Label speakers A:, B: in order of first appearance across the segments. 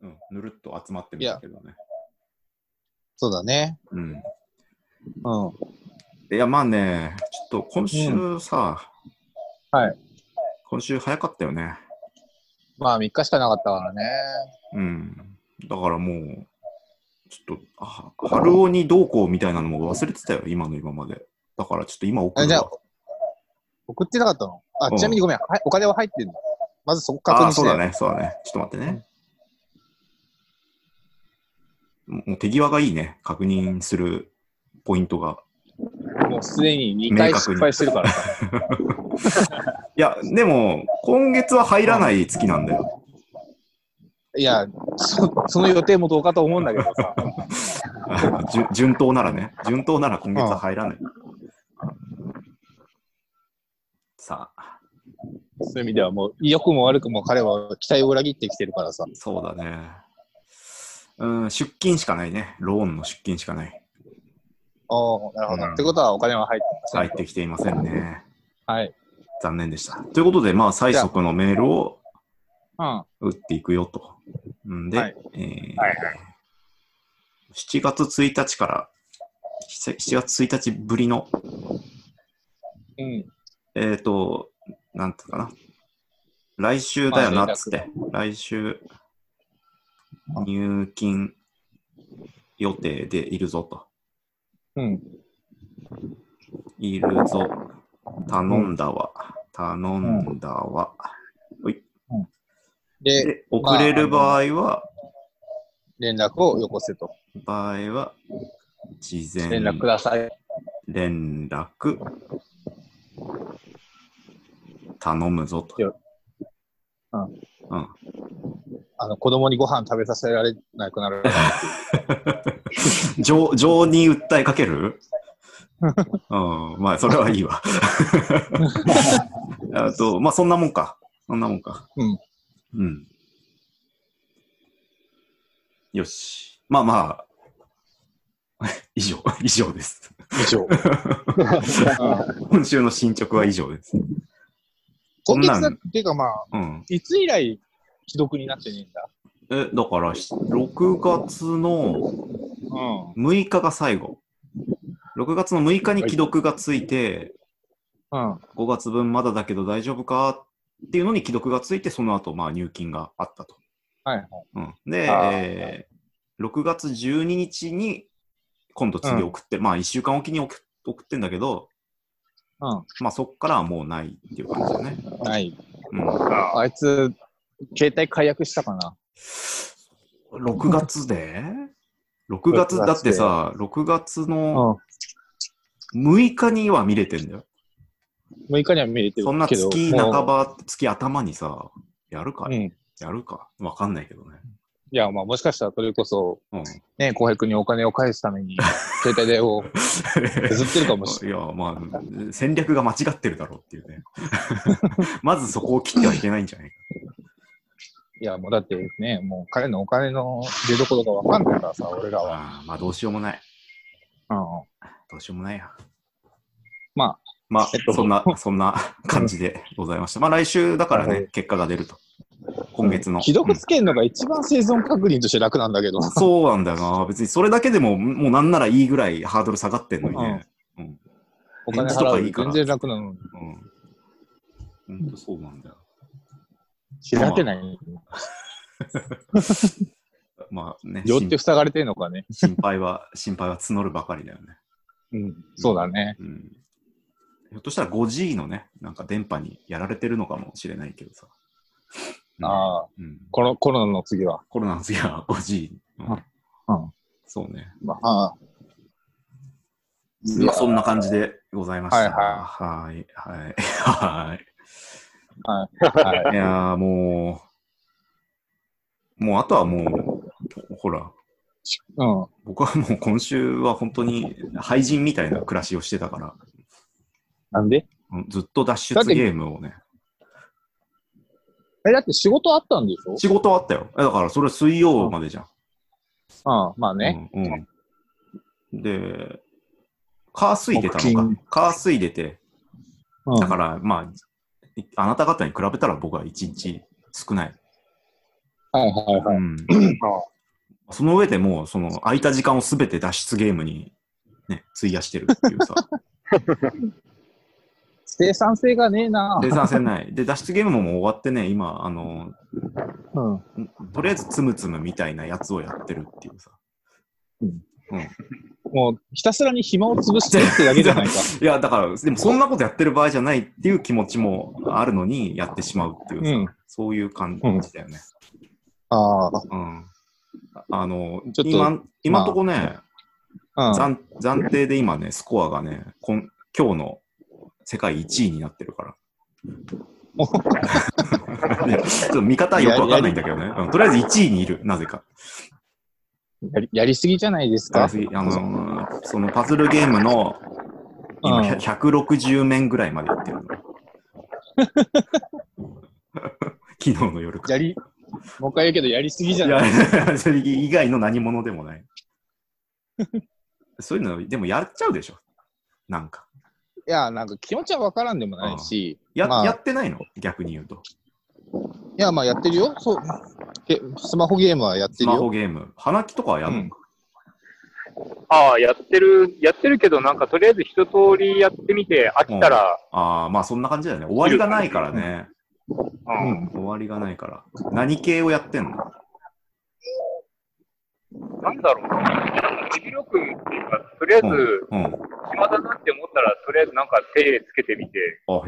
A: うん、ぬるっと集まってみたけどね。
B: そうだね。
A: うん。
B: うん。
A: いや、まあね、ちょっと今週さ、
B: はい。
A: 今週早かったよね。
B: まあ、3日しかなかったからね。
A: うん。だからもう、ちょっと、あ春尾にどうこうみたいなのも忘れてたよ、今の今まで。だからちょっと今送
B: あ
A: る
B: じゃあ
A: わ。、
B: 送ってなかったのあ、
A: うん
B: ちなみにごめん、はいお金は入ってんのまずそこ確
A: あ
B: 認
A: あ、
B: して。
A: そうだね、そうだね。ちょっと待ってね。もうもう手際がいいね、確認するポイントが。
B: もうすでに2回
A: 明確に
B: 失敗してるからさ。
A: いや、でも、今月は入らない月なんだよ。
B: いやそ、その予定もどうかと思うんだけどさ。
A: 順順当ならね。順当なら今月は入らない。さあ、
B: そういう意味ではもう、良くも悪くも彼は期待を裏切ってきてるからさ。
A: そうだね。うん、出勤しかないね。ローンの出勤しかない。
B: おおなるほど。
A: うん
B: ってことはお金は入ってます、
A: 入ってきていませんね。
B: はい。
A: 残念でした。ということで、まあ、最速のメールを
B: うん。は
A: 打っていくよと。んで、
B: はい
A: えー
B: いはい。
A: 7月1日から、7月1日ぶりの、
B: うん。
A: えっ、と、なんていうかな。来週だよなっつって、来週、入金予定でいるぞと。
B: うん。
A: いるぞ。頼んだわ。頼んだわ。
B: で、
A: で、遅れる場合は、
B: 連絡をよこせと。
A: 場合は、事前
B: 連絡ください。
A: 連絡頼むぞと。
B: うん
A: うん。
B: あの、子供にご飯食べさせられなくなる。
A: 情情に訴えかけ るうん、まあ、それはいいわ。あと、まあ、そんなもんか。そんなもんか。
B: うん。
A: うん。よし。まあまあ、 以上、以上です。
B: 以上。うん
A: 今週の進捗は以上です。こ
B: 今
A: んなん
B: 月だっていうかまあ、
A: うん。
B: いつ以来、既読になってねえんだ。
A: え、だから、6月の
B: う
A: 6日が最後。6月の6日に既読がついて、
B: ん。うん。
A: 5月分まだだけど大丈夫かっていうのに既読がついて、その後、まあ、入金があったと。
B: はいはい。
A: うん、で、
B: あー
A: えー6月12日に、今度次送って、まあ、1週間おきに送送ってんだけど、
B: う
A: まあ、そっからはもうないっていう感じだね。
B: ん。ない。
A: うん、
B: あいつ、携帯解約したかな。
A: 6月で ?6 月、だってさ、6月の
B: う
A: 6日には見れてんだよ。
B: ん。6日には見れてるけど。
A: そんな月半
B: も
A: ば、月頭にさ、やるか、
B: う。うん。い
A: やるか。わかんないけどね。
B: や、まあもしかしたらそれこそ、
A: うん
B: ね、浩平君にお金を返すた めに、携帯代を譲ってるかもしれない。
A: いや、まあ、戦略が間違ってるだろうっていうね。 まずそこを切ってはいけないんじゃないか。
B: いや、もうだってね、もう彼のお金の出どころがわかんないからさ、俺らは。
A: ああまあ、どうしようもない。
B: うん。
A: どうしようもないや。
B: まあ、
A: まあ
B: えっ、と
A: そんな、そんな感じでございました。まあ、来週だからね、結果が出ると。今月の。
B: 既
A: う
B: 読
A: ん
B: つけるのが一番生存確認として楽なんだけど。
A: そうなんだよな。別にそれだけでも、もうなんならいいぐらいハードル下がってんのにね。
B: お
A: 返
B: 金
A: 事と
B: 払
A: か
B: う
A: い
B: よ
A: い
B: り
A: から
B: 全然楽なのに。
A: うん。ほんとそうなんだよ。
B: 開けない。
A: まあね、
B: 両
A: 心
B: 手塞がれてるのかね。
A: 心配は、心配は募るばかりだよね。
B: うん。そうだね。
A: うんひょっとしたら 5G のね、なんか電波にやられてるのかもしれないけどさ。うん
B: ああ、
A: うん、
B: このコロナの次は。
A: コロナの次は 5G。うん
B: あうん。
A: そうね。
B: まあ、ああい
A: まあ、
B: や
A: そんな感じでございました。
B: はい
A: はい。はい。はい。
B: はい
A: いやーもう、もうあとはもう、ほら、
B: うん。
A: 僕はもう今週は本当に廃人みたいな暮らしをしてたから、
B: なんで
A: うんずっと脱出ゲームをね。
B: え、だって仕事あったんでしょ
A: 仕事はあったよ。えだからそれ水曜までじゃん。
B: うん。まあね。
A: うん、うん。で、カースイ出た
B: 木
A: の
B: 金
A: か。カースイ出て、
B: うん
A: だから、まあ、いあなた方に比べたら僕は一日少ない。
B: はいはいは
A: う
B: い。
A: ん、
B: ああ
A: その上でもう、その空いた時間をすべて脱出ゲームに、ね、費やしてるってい うさ、
B: 生産性がねえな
A: 生産性ない。で、脱出ゲームももう終わってね、今、あの、
B: うん。は
A: とりあえずつむつむみたいなやつをやってるっていうさ。
B: もう、ひたすらに暇を潰してるってだけじゃない か。
A: いや、だから、でもそんなことやってる場合じゃないっていう気持ちもあるのに、やってしまうっていうさ、
B: うん
A: そういう感じだよね。
B: ああ。
A: うん。ああの
B: ちょっ、と
A: 今、今んとこね、
B: うん。
A: 暫暫定で今ね、スコアがね、こん今日の世界1位になってる から。いやちょっと見方はよくわかんないんだけどね。うんとりあえず1位にいる、なぜか。
B: やりやりすぎじゃないですか。
A: 次あのーそのパズルゲームの今
B: うん
A: 160面ぐらいまでいって るの。 昨日の夜か。
B: やり、もう一回言うけど、やりすぎじゃ
A: い
B: ない。
A: や、それ以外の何者でもない。そういうの、でもやっちゃうでしょ。なんか。
B: いや、なんか気持ちはわからんでもないし、
A: や,、
B: まあ
A: やってないの逆に言うと。
B: いや、まあやってるよ。そう。えスマホゲームはやって
A: ス
B: る
A: マホ
B: よ。
A: ゲーム。花木とかはやるの、
B: うん
C: ああ、やってる、やってるけど、なんかとりあえず一通りやってみて、飽きたら、
A: ああ、まあそんな感じだよね。終わりがないからね。
C: うん
B: うん。
A: 終わりがないから。何系をやってんの
C: なんだろうな、ジビロ君っていうか、とりあえず、
A: うん。あ、
C: 暇だなって思ったら、とりあえずなんか手つけてみてって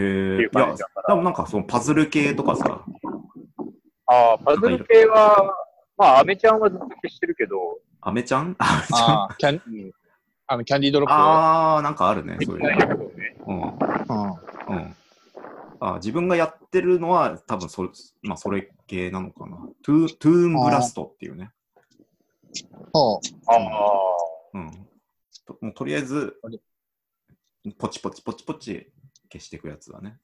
A: へえ。
C: い
A: いうや
C: 感じ、だか
A: で
C: ら、
A: もなんかそのパズル系とかさ、
C: ああ、パズル系は、まあ、アメちゃんはずっと消してるけど、
A: アメちゃんアメちゃん
B: ああ、キャン、うんあの、キャンディードロッ
A: あー、なんかあるね、
C: でき
A: そう
C: ないいうけどね。
A: の。
B: プ。う
A: う
B: ん。
A: ん。うん。あー自分がやってるのは、多分それ、まあ、それ系なのかな。トゥー、トゥーンブラストっていうね。
B: そ
C: ああ、
A: うん。ともうとりあえず
B: あれ、
A: ポチポチポチポチ消していくやつだね。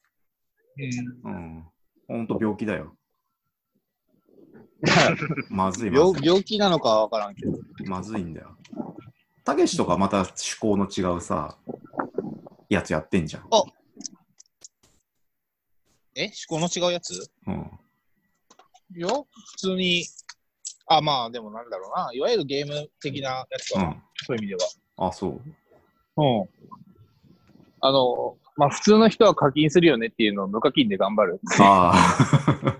B: う。う
A: う
B: ん
A: ん。ほんと病気だ よ。まずいま
B: 病
A: ずい、
B: 病気なのかはわからんけど。
A: まずいんだよ。たけしとかまた趣向の違うさ、やつやってんじゃん。
B: え思考の違うやつ
A: うん。
B: いや、普通に。あ、まあ、でもなんだろうな。いわゆるゲーム的なやつ
A: う
B: は、
A: ん。
B: そういう意味では。
A: あ、そう。
B: うん。あの、まあ、普通の人は課金するよねっていうのを無課金で頑張る。
A: あ あ。
C: あ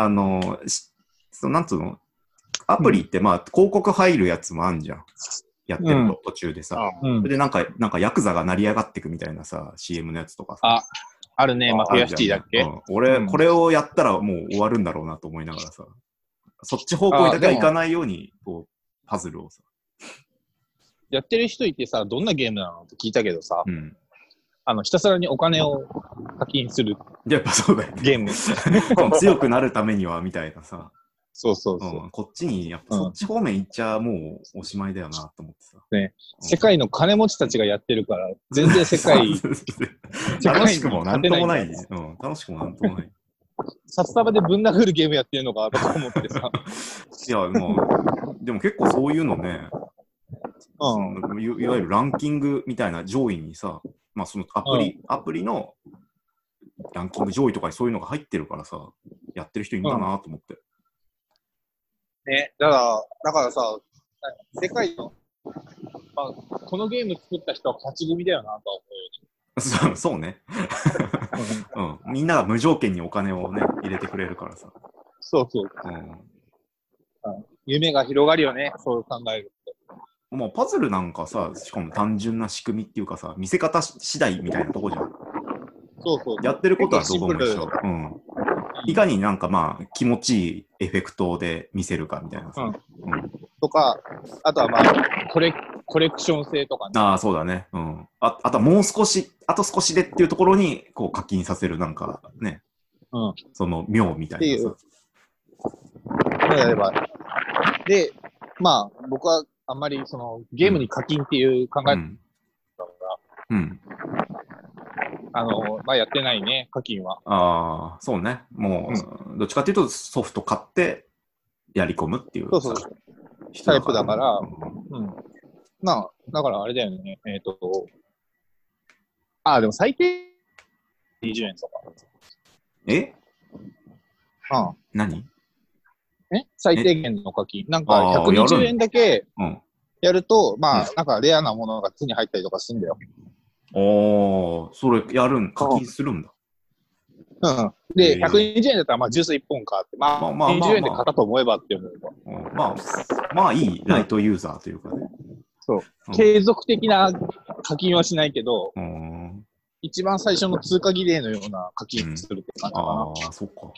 C: あ、
A: あの、しそのなんつうのアプリって、まあ、広告入るやつもあんじゃん。やってる
B: うん
A: と、途中でさ。
C: あ
B: う
A: そ
B: ん
A: れ。で、なんか、なんか、ヤクザが成り上がってくみたいなさ、CM のやつとかさ。
B: ああるね、マフィ
A: る
B: ア
A: じ
B: シ
A: ゃん
B: ティだっけ、
A: うん俺、
B: うん
A: これをやったらもう終わるんだろうなと思いながらさ。そっち方向にだけは
B: あで
A: い
B: も
A: かないように、こう、パズルをさ。
B: やってる人いてさ、どんなゲームなのって聞いたけどさ、
A: うん。
B: あの、ひたすらにお金を課金する
A: やっぱそう だよね。
B: ゲーム。
A: こう強くなるためには、みたいなさ。
B: そうそう
A: う
B: そう。
A: ん、こっちに、やっぱそっち方面行っちゃもうおしまいだよなと思ってさ。
B: ね
A: うん
B: 世界の金持ちたちがやってるから、全然世 界、世界
A: 楽しくもなんともない。
B: 勝てない
A: うん、楽しくもなんともない。
B: 札束でぶん殴るゲームやってるのかとか思って さ、
A: いや、まあ、でも結構そういうのね、
B: う
A: そ
B: ん。
A: のいいわゆるランキングみたいな上位にさ、まあそのアプリ、アプリのランキング上位とかにそういうのが入ってるからさ、やってる人いるんだなと思って。
B: ね、だから、だからさ、世界の、まあ、このゲーム作った人は勝ち組だよなとは
A: そうそうね。
B: 思うよね。
A: うん。みんなが無条件にお金をね、入れてくれるからさ。
B: そうそう。
A: う
B: 夢が広がるよね、そう考えると。
A: ん。もうパズルなんかさ、しかも単純な仕組みっていうかさ、見せ方し次第みたいなとこじゃん。
B: そうそう。
A: やってることはどこも一
B: 結構シ
A: 緒
B: ン。
A: うん。いかになんかまあ気持ちいいエフェクトで見せるかみたいなさ。うん
B: とか、あとはまあ、コレコレクション性とかね。
A: ああ、そうだね。うん。ああとはもう少し、あと少しでっていうところにこう課金させるなんかね、
B: うん。
A: その妙みたいなさ。
B: やれば。で、まあ、僕はあんまりそのゲームに課金っていう考え
A: う
B: だか
A: ん。うん。
B: ら、あの、まあやってないね、課金は。
A: ああ、そうね。もう、どっちかっていうとソフト買ってやり込むっていう
B: そうそう
A: さ人
B: タイプだから
A: うん
B: うん。まあ、だからあれだよね。えっ、と、ああ、でも最低20円とか。
A: え
B: うん。
A: 何
B: ね、最低限の課金。なんか、
A: あーや
B: 120
A: る
B: 円だけ
A: うん。
B: やると、まあ
A: う、
B: なんかレアなものが手に入ったりとかするんだよ。
A: おー、それやるん、課金するんだ。
B: うん。
A: へ
B: で、
A: ー
B: 120円だったら、まあ、ジュース1本かって。まあ、
A: まあまあまあまあ
B: 20円で買ったと思えばって思うば。
A: うんまあ、まあいい、ライトユーザーというかね。
B: そう
A: うん。
B: 継続的な課金はしないけど、
A: うん。
B: 一番最初の通過儀礼のような課金するって感じか
A: あ
B: な。
A: あ、そっか。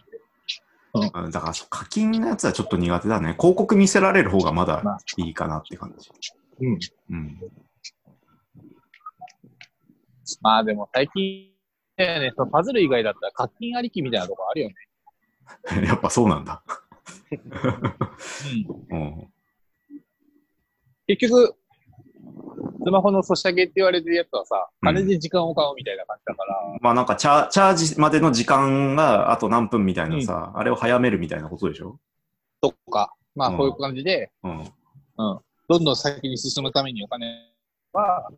A: うん、だからそう課金のやつはちょっと苦手だね。広告見せられる方がま
B: ま
A: だ
B: あ
A: いいかなって感じ。
B: うん。
A: うん。
B: まあ、でも最近、だよね、そのパズル以外だったら課金ありきみたいなとこあるよね。
A: やっぱそうなんだ。 うん。
B: 結局、スマホのソシャゲって言われてるやつはさ、
A: うん
B: 金で時間を買うみたいな感じだから、
A: まあなんかチャチャージまでの時間があと何分みたいなさ、あれを早めるみたいなことでしょ
B: とか、まあ
A: うん
B: こういう感じで、
A: うん。
B: どんどん先に進むためにお金は、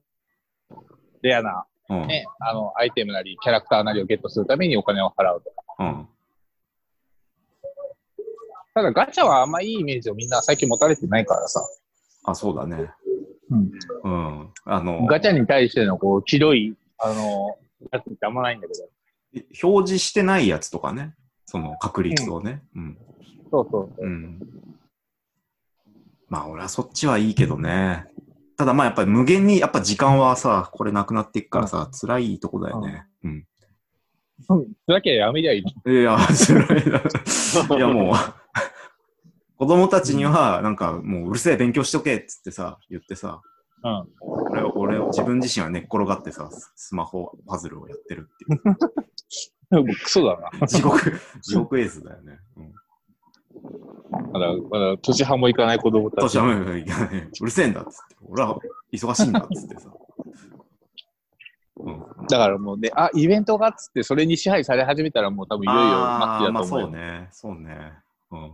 B: レアな、
A: うん。
B: ね、あの、アイテムなり、キャラクターなりをゲットするためにお金を払うとか。
A: うん。
B: ただガチャはあんまいいイメージをみんな最近持たれてないからさ、
A: あ、そうだね。
B: うん
A: うん。あの、
B: ガチャに対してのこう、ひどい、あの、やつってあんまないんだけど。
A: 表示してないやつとかね。その確率をね。うん。
B: そうそうそう。
A: うん。まあ、俺はそっちはいいけどね。ただまあ、やっぱり無限に、やっぱ時間はさ、これなくなっていくからさ、辛いとこだよね。うん。
B: それだけやめりゃいいの。
A: いや、 辛いな。いや、もう、 子供たちには、なんか、もううるせえ、勉強しとけっつってさ、言ってさ、
B: うん。
A: 俺、俺、自分自身は寝っ転がってさ、スマホ、パズルをやってるっていう。
B: でもクソだな。
A: 地獄、地獄エースだよね。うん。
B: まだ、まだ、年半もいかない子供たち。
A: 年はもういやねうるせえんだっつって、俺は忙しいんだっつってさ。うん。
B: だからもうね、あ、イベントがっつって、それに支配され始めたらもう多分いよいよ
A: あー
B: 末期だ
A: まあ
B: と思
A: そ
B: うよ。
A: うね、そうね。うん。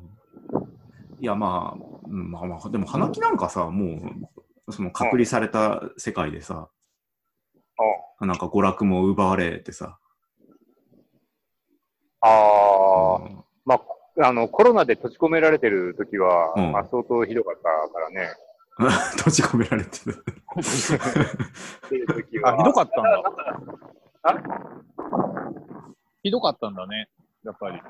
A: いや、まあ、うんまあまあ、でも、花木なんかさ、もう、その隔離された世界でさ、なんか娯楽も奪われてさ、
C: ああ、
A: うん
C: まあ、あの、コロナで閉じ込められてる時は、
A: うん
C: まあ、相当ひどかったからね。
A: 閉じ込められて る。
C: っていう時は
B: あ、ひどかったんだ。
C: あ
B: ひどかったんだね、やっぱり。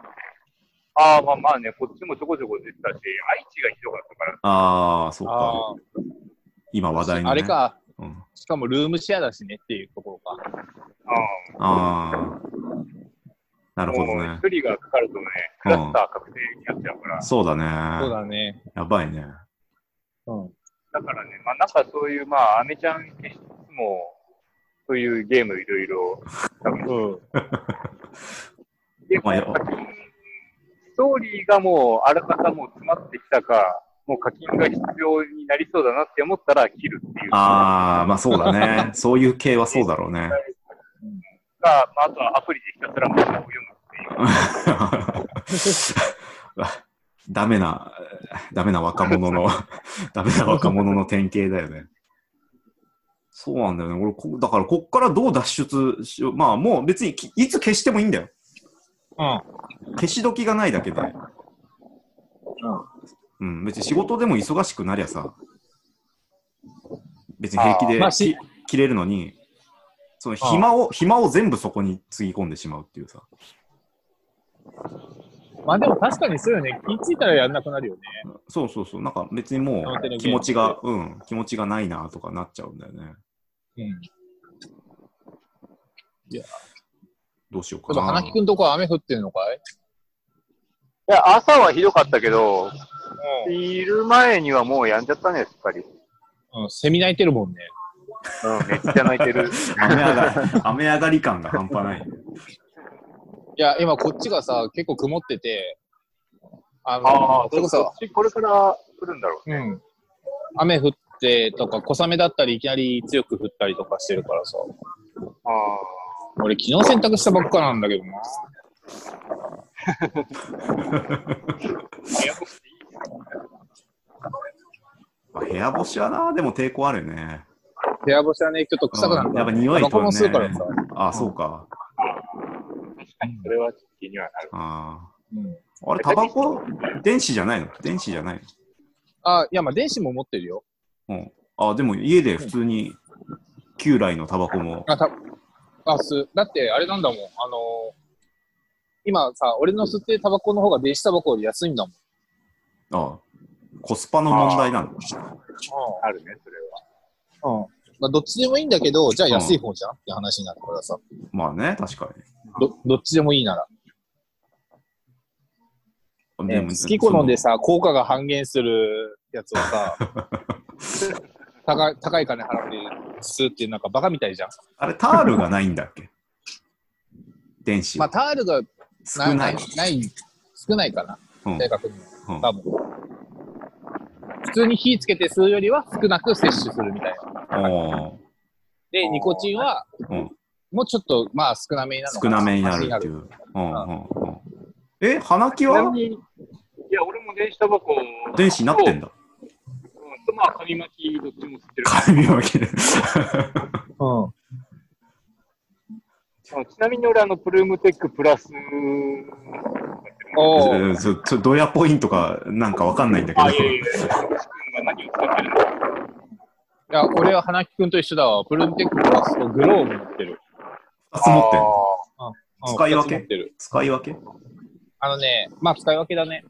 C: あーまあまあね、こっちもちょこちょこ出てたし、愛知がひどかったから、
A: ああ、そうか。
B: あ
A: 今話題の、ね。
B: あれ。か、
A: うん、
B: しかもルームシェアだしねっていうところか。
C: あ
A: ああ。な
C: あ
A: るほど
C: もう
A: ね。
C: 一人がかかるとね、クラスター確定になっちゃうから、
A: そうだ
B: そう
A: ね。
B: だね。
A: やばいね。
B: うん。
C: だからね、まあなんかそういう、まあ、アメちゃん消しつつも、そういうゲームいろいろ、多分
B: うん。
C: で
A: ま
C: も
A: あ
C: やっぱ課金ストーリーがもうあらかたもう詰まってきたか、もう課金が必要になりそうだなって思ったら切るっていう。
A: ああ、まあそうだ ね。そういう系はそうだろうね。
C: が、まあ、あとはアプリでひたすら漫画を読むっていう。
A: ダメな、ダメな若者 の、ダメな若者の典型だよね。そうなんだよね。俺こ、だからこっからどう脱出しよう。まあもう別にきいつ消してもいいんだよ。
B: うん。
A: 消し時がないだけで。うん、別に仕事でも忙しくなりゃさ、別に平気
C: あ
A: で、
B: ーまあし
A: き切れるのに、その暇を、暇を全部そこにつぎ込んでしまうっていうさ。
B: まあでも確かにそうよね。気ぃついたらやんなくなるよね。
A: そうそうそう、なんか別にも
B: 表
A: う
B: の
A: 気持ちが、うん、気持ちがないなとかなっちゃうんだよね。
B: うん。
A: どうしよう
B: こ
A: かな
B: れ花。木くんとこは雨降ってるのかい
C: いや、朝はひどかったけど、
B: う
C: 昼前にはもうやんじゃったね、すっかり。
B: ん。うん。セミ泣いてるもんね。
C: うん、めっちゃ泣いてる。
A: 雨上がり、 雨上がり感が半端ない。
B: いや、今こっちがさ、結構曇ってて、あ
C: ああ
B: の、、そ
C: そ
B: れ
C: こ
B: こそ
C: そ、これから来るんだろう。
B: うん。雨降ってとか、小雨だったり、いきなり強く降ったりとかしてるからさ。
C: あ
B: 俺、昨日洗濯したばっかなんだけどな。
C: あ。いや僕
A: まあ、部屋干しはな、でも抵抗あるよね。
B: 部屋干しはね、ちょっと臭くなる、
A: うんやっぱ匂いとね
B: タバコも吸うからさ。
A: ああ、そうか。
C: それは気にはなる。
A: ああ。
B: うん。
A: あれ、タバコ電子じゃないの電子じゃない
B: あ、いや、まあ、電子も持ってるよ。
A: のうん。あ、でも家で普通に旧来のタバコも。
B: あ、た、あ、す、だって、あれなんだもん。あのー今さ、俺の吸ってるタバコの方が電子タバコより安いんだもん。
A: あコスパの問題なの。
C: あるね、それは。
B: うん。まあ、どっちでもいいんだけど、じゃあ安い方じゃん、って話になるからさ。
A: まあね、確かに。
B: ど、どっちでもいいなら。ね、好き好んでさ、効果が半減するやつを さ、高い高い金払って吸うっていうなんかバカみたいじゃん。
A: あれ、タールがないんだっ け電子。
B: まあ、タールが
A: 少ない。
B: ない、少ないかな、
A: うん
B: 正確に。
A: うん
B: 多分。普通に火つけて吸うよりは少なく摂取するみたいな。
A: おー
B: で、ニコチンは、
A: うん
B: もうちょっと、まあ少なめになるのか
A: 少なめになるっていう。うんうんうんえ、花木
C: ちな
A: は
C: みに、いや、俺も電子タバコを、
A: 電子になって んだ。
C: うんと、まあ、紙巻きどっちも吸ってる。
A: 髪 を切る。
B: うん。
C: うんちなみに俺、あの、プルームテックプラス、
B: おー
A: えちょちょドヤポイントかなんかわかんないんだけど
C: あ、い。やいや、君が何を使ってるの
B: いや、俺は花木くんと一緒だわ。プルーンテックプラスとグローブ持ってる。
A: 二つ持ってんの
B: うん
A: 使い分け
B: 二つ持ってる
A: 使い分け
B: あのね、まあ使い分けだね。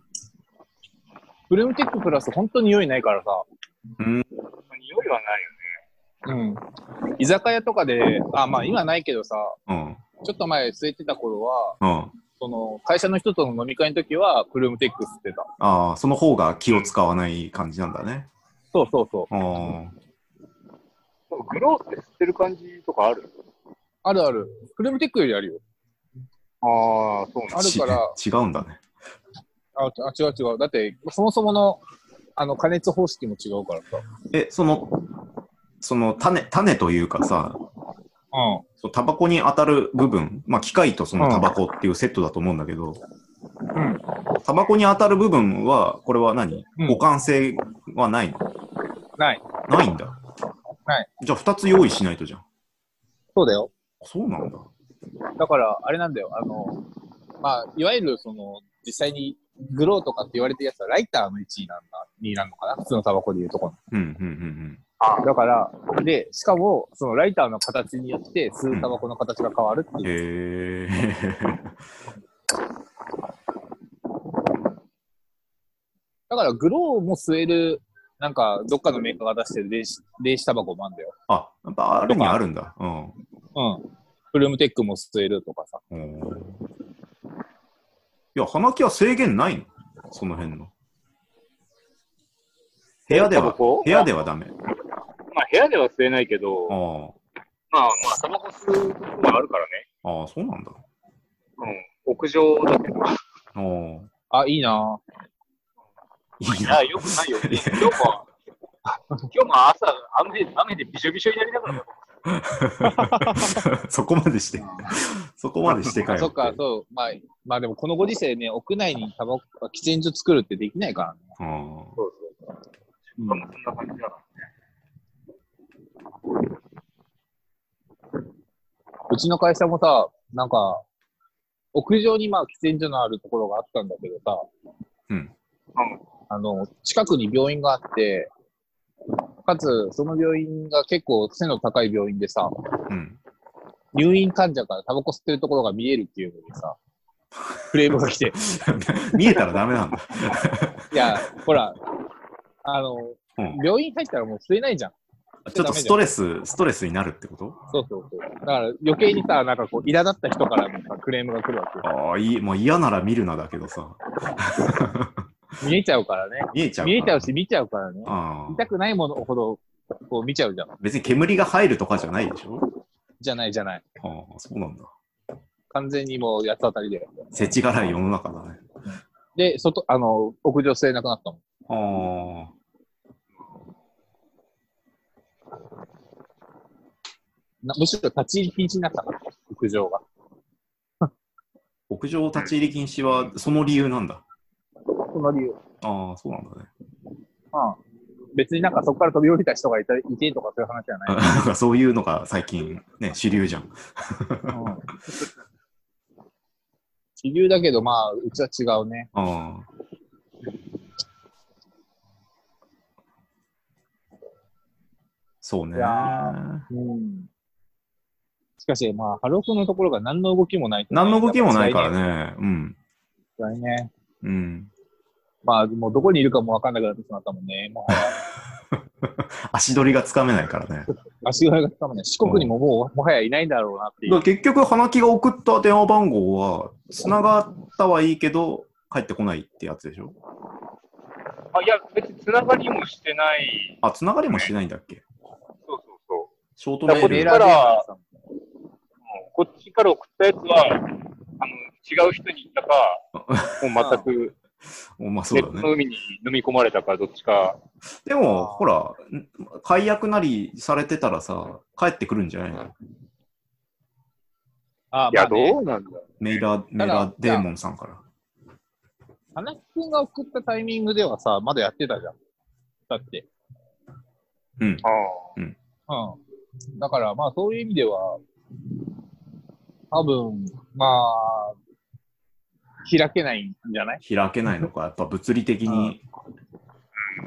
B: プルームテックプラス本当に匂いないからさ。
C: あー匂いはないよね。
B: うん。居酒屋とかで、あ、まあ今ないけどさ、
A: うん。
B: ちょっと前吸いてた頃は、
A: うん。あ
B: その会社の人との飲み会の時はプルームテック吸ってた。
A: あー、その方が気を使わない感じなんだね。
B: そうそうそう。
A: あー
C: そうグローって吸ってる感じとかある
B: あるある。プルームテックよりあるよ。
C: ああ、そうなんだ
B: あるから
A: ち違うんだね。
B: あ、あ違う違う。だって、そもそもの、あの、加熱方式も違うからさ。
A: え、その、その種、種というかさ、
B: うん。
A: そうタバコに当たる部分、まあ、機械とそのタバコっていうセットだと思うんだけど、
B: ん
A: タバコに当たる部分は、これは何、
B: うん
A: 互換性はないの
B: ない。
A: ないんだ。
B: ない。
A: じゃあ2つ用意しないとじゃん。
B: そうだよ。
A: そうなんだ。
B: だから、あれなんだよ。あの、まあ、いわゆる、その、実際に、グローとかって言われてるやつは、ライターの1位なんだ、2位なのかな普通のタバコでいうとこ
A: うん、うん、うん
B: の。だから、で、しかも、そのライターの形によって、吸うタバコの形が変わるっ
A: うん。
B: てい
A: へ
B: う。
A: え。
B: だから、グローも吸える、なんか、どっかのメーカーが出してる電子、電子タバコもあるんだよ。
A: あ、やっぱあるにはあるんだ。うん。
B: うん。フルームテックも吸えるとかさ。
A: おーいや、花木は制限ないのその辺の。部屋で
C: タバ
A: は、
C: コ
A: 部屋ではダメ。
C: まあ、部屋では吸えないけど、
A: あ
C: ま
A: ー
C: あ、まあ、タバコ吸うところはあるからね。
A: あー、そうなんだ。
C: うん。屋上だけど。
A: あー
B: あ、いいなぁ
A: いい
C: い
A: な
C: や、。よくないよ。今日も、今日も朝、雨雨でびしょびしょになりながら、
A: そこまでして、そこまでしてか
B: あ
A: よ。
B: そっか、そう。まあ、まあでも、このご時世ね、屋内にタバコ、喫煙所作るってできないか
A: う
B: らね。
A: ん
C: そうそううんそんな感じだか
B: うちの会社もさ、なんか、屋上にまあ喫煙所のあるところがあったんだけどさ、
A: うん。
B: あの、近くに病院があって、かつ、その病院が結構背の高い病院でさ、
A: うん。
B: 入院患者からタバコ吸ってるところが見えるっていうので さ、クレームが来て、
A: 見えたらダメなん だ。
B: いや、ほら、あの、
A: うん
B: 病院入ったらもう吸えないじゃん。
A: ちょっとストレス、ストレスになるってこと
B: そうそうそう。だから余計にさ、なんかこう、苛立った人からもさ、クレームが来るわ
A: ああ、いい、まあ嫌なら見るなだけどさ。
B: け。見えちゃうからね。
A: 見えちゃうから。
B: 見えちゃうし、見ちゃうからね。
A: あ
B: 見
A: あ
B: た。くないものほど、こう見ちゃうじゃん。
A: 別に煙が入るとかじゃないでしょ
B: じゃないじゃない。
A: ああ、そうなんだ。
B: 完全にもう八つ当たりで。
A: 世知辛い世の中だね。
B: で、外、あの、屋上吸えなくなったもん。
A: ああ。
B: なむしろ立ち入り禁止になったから、屋上が。
A: 屋上立ち入り禁止はその理由なんだ。
B: その理由。
A: ああ、そうなんだね。
B: 別になんかそこから飛び降りた人がいたいてとかそういう話じゃ
A: あ
B: ない。
A: なんかそういうのが最近ね、主流じゃん。
B: うん一流だけど、まあ、うちは違うね。
A: ああ。そうね
B: い。やうん。しかし、まあ、ハロー君のところが何の動きもない。
A: 何の動きもないから
B: ね。
A: ね。うん。
B: 辛いね。
A: うん。
B: まあ、もうどこにいるかもわかんなくなってしまったもんね。もう、
A: 足取りがつかめないからね。だか
B: 足柄がつかもね、四国にももう、もはやいないんだろうなっていう
A: ら。結局、花木が送った電話番号は、繋がったはいいけど、帰ってこないってやつでしょ
C: あ、いや、別につながりもしてない。
A: あ、繋がりもしてないんだっけ
C: そうそうそ
A: ショートメール。
C: だら
B: メールアドレス
C: う。もうこっちから送ったやつは、あの、違う人に行ったか、もう全く
A: おまあそ
C: ネ
A: う
C: ット
A: だ
C: の
A: ね。
C: 海に飲み込まれたか、どっちか。
A: でも、ほら、ん解約なりされてたらさ、帰ってくるんじゃないの
B: あ
C: い
B: ま
C: や、
B: あね
C: どうなんだろう。
A: メイラー、メイラーデーモンさんから。
B: 花木くんが送ったタイミングではさ、まだやってたじゃん。だって。
A: うん。
C: あ
B: うん。だから、まあ、そういう意味では、多分、まあ、開けないんじゃない
A: 開けないの か、やっぱ物理的に。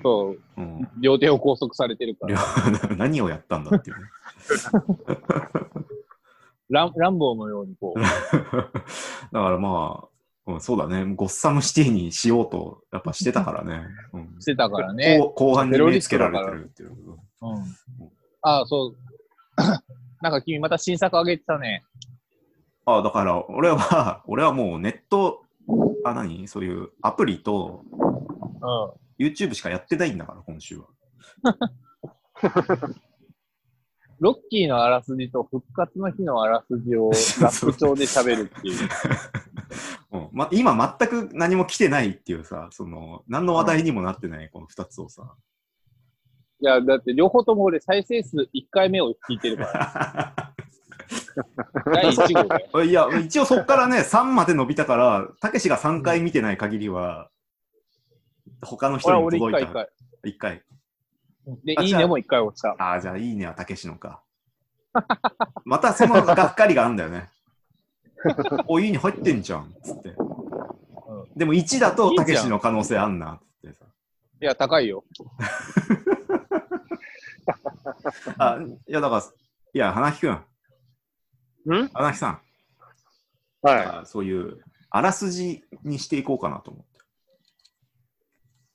B: そう。
A: うん、
B: 両手を拘束されてるか
A: いや
B: ら。
A: 何をやったん だっていうね。
B: ランランボーのようにこう。
A: だからまあ、うん、そうだね、ゴッサムシティにしようと、やっぱしてたからね。うん
B: してたから ね。
A: 後後半に目つけられてるっていう。
B: うん。ああ、そう。 なんか君また新作あげてたね。
A: あだから、俺は、 俺はもうネット、あ、何そういうアプリと
B: うん。
A: YouTube しかやってないんだから、今週は。
B: ロッキーのあらすじと復活の日のあらすじをラップ調で喋るっていう。
A: うんま、今全く何も来てないっていうさ、その、何の話題にもなってない、この2つをさ。
B: いや、だって両方とも俺再生数1回目を聞いてるから。 第1号で。
A: いや、一応そこからね、3まで伸びたから、たけしが3回見てない限りは、他の人
B: 俺は
A: にも
B: 俺1
A: 届
B: 回
A: い
B: 1
A: た。
B: 回。
A: 1回。
B: で
A: あ、
B: いい
A: じゃあ
B: ねも1回落ちた。
A: ああ、じゃあいいねはたけしのか。 またそのがっかりがあるんだよね。お、いいね入ってんじゃん、つって。でも1だとたけしの可能性あんな、つってさ。
B: いや、高いよ。
A: あ、いやだから、いや、花木くん。
C: ん
A: 花木さん。
C: あ。はい。
A: あそういう、あらすじにしていこうかなと思って。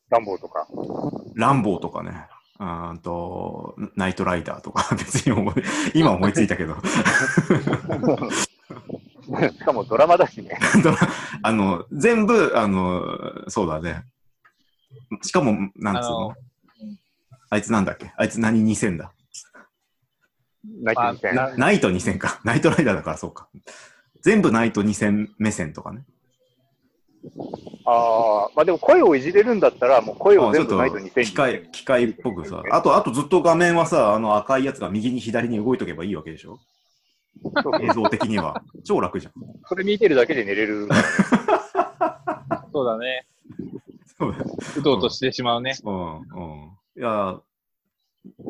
C: 暖房とか。
A: ランボーとかね。うーんと、ナイトライダーとか、 別に思い、今思いついたけ ど、
C: しかもドラマだしね。
A: あの、全部、あの、そうだね。しかも、なんつうの
B: あのうん
A: あいつなんだっけあいつ何2000だ
C: 泣きみたいな。
B: な
A: ナイト2000か。 ナイトライダーだからそうか。全部ナイト2000目線とかね。
C: ああ。まあでも声をいじれるんだったら、もう声
A: あ
C: を
A: ちょ
C: 全
A: っ
C: 部
A: と
C: ないと2000
A: 機械、機械っぽくさ。あと、あとずっと画面はさ、あの赤いやつが右に左に動いとけばいいわけでしょ
C: そう
A: 映像的には。超楽じゃん。
C: それ見てるだけで寝れる。
B: そうだね。
A: そうだ
B: うとうとしてしまうね。
A: うんうんいやだか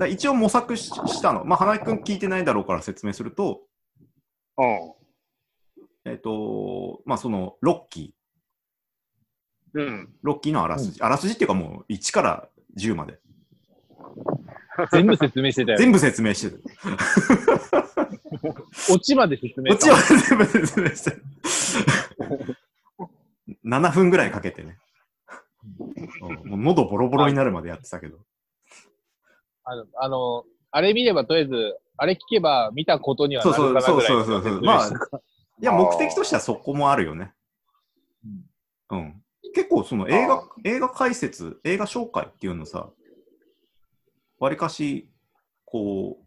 A: ら一応模索ししたの、まあ、花井君聞いてないだろうから説明すると、
C: う
A: えっとまあ、そのロッキー、
C: ん。うん。
A: ロッキーのあらすじ、あらすじっていうか、もう1から10まで、
B: 全部説明してたよ。
A: 全部説明してる、
B: 落ちまで説明
A: こっ
B: した
A: ちは全部説明してる、7分ぐらいかけてね、うんもう喉ボロボロになるまでやってたけど、
B: あの、あの、あれ見ればとりあえず、あれ聞けば見たことには
A: そ
B: な
A: う
B: るか
A: そ
B: な
A: うそう
B: ぐらい
A: そ
B: の
A: うそうそう、
B: 説明
A: ま
B: し
A: あ、い
B: た
A: や、目的としてはそこもあるよね。うん、結構その映
C: あ
A: 画映画解説、映画紹介っていうのさ、わりかしこう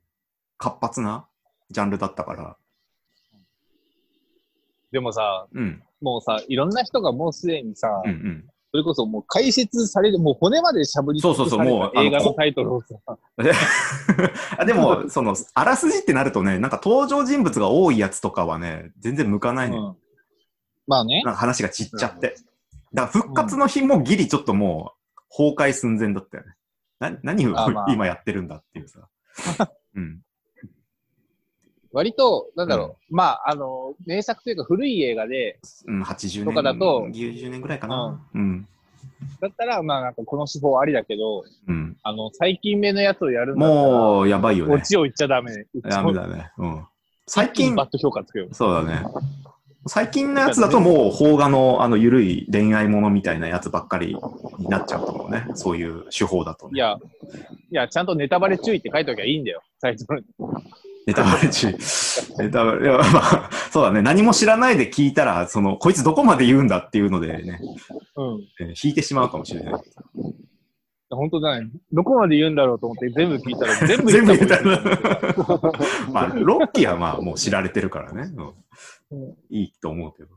A: 活発なジャンルだったから、
B: でもさ、
A: うん、
B: もうさ、いろんな人がもうすでにさ、
A: うん、うん。
B: それこそもう解説される、もう骨までしゃぶり尽く
A: そうそう
B: され
A: そうもう
B: た映画
A: あの
B: の
A: こ
B: タイトルをさ、
A: あで も、その、あらすじってなるとね、なんか登場人物が多いやつとかはね、全然向かないの、
B: う
A: よ。
B: んまあね、
A: なんか話がちっちゃって。だから復活の日もギリちょっともう崩壊寸前だったよね。な何を
B: あまあ
A: 今やってるんだっていうさ。うん。
B: 割と、なんだろう、まあ、あの、名作というか古い映画で、
A: うん、80年
B: とかだと
A: 90年ぐらいかな。うん。
B: だったら、まあ、なんかこの手法ありだけど、
A: うん。
B: あの、最近目のやつをやるんだったら、
A: もう、やばいよ
B: オ
A: ね。
B: チを言っちゃダメ。
A: ダメだね。うん。最
B: 一気
A: 近
B: に、バッと評価つくよ。
A: そうだね。最近のやつだともう、邦画の、あの、ゆるい恋愛ものみたいなやつばっかりになっちゃうと思うね。そういう手法だと、
B: い
A: ね。
B: や、いや、ちゃんとネタバレ注意って書いときゃいいんだよ。最初に。
A: ネタバレ中。ネタバレ、いやまあ、そうだね。何も知らないで聞いたら、その、こいつどこまで言うんだっていうのでね、
B: うん。
A: えー引いてしまうかもしれない。
B: 本当だね。どこまで言うんだろうと思って全部聞いたら、全部言った
A: 全 部言っ
B: もんね
A: まあ、ロッキーはまあ、もう知られてるからね。うん
B: う
A: いいと思うけど。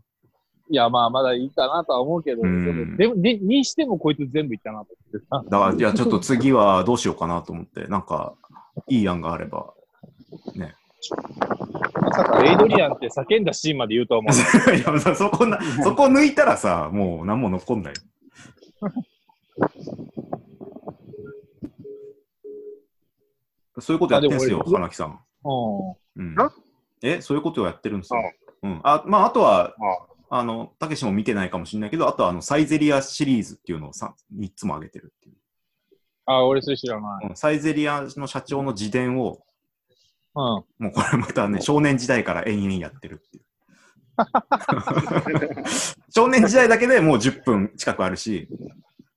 B: いや、まあ、まだいいかなとは思うけど、
A: うん
B: でも、でにしてもこいつ全部言ったなと思ってさ。
A: だから、いや、ちょっと次はどうしようかなと思って、なんか、いい案があれば。
B: まさかエイドリアンって叫んだシーンまで言うとは思 う。
A: いや、そ こな、そこ抜いたらさ、もう何も残んない。 そういうことやってんすよ
B: あ、でも俺
A: 花木さん。
B: うん。
A: うん
C: な、
A: え、そういうことをやってるんですよ。うん。あ、まあ、あとは、
C: まあ、
A: あの、たけしも見てないかもしれないけど、あとは、あの、サイゼリアシリーズっていうのを 3, つも上げてるっていう。
B: あ、俺それ知らない。
A: うんサイゼリアの社長の自伝を、
B: うん。
A: もうこれまたね、少年時代から延々やってるっていう。 少年時代だけでもう10分近くあるし、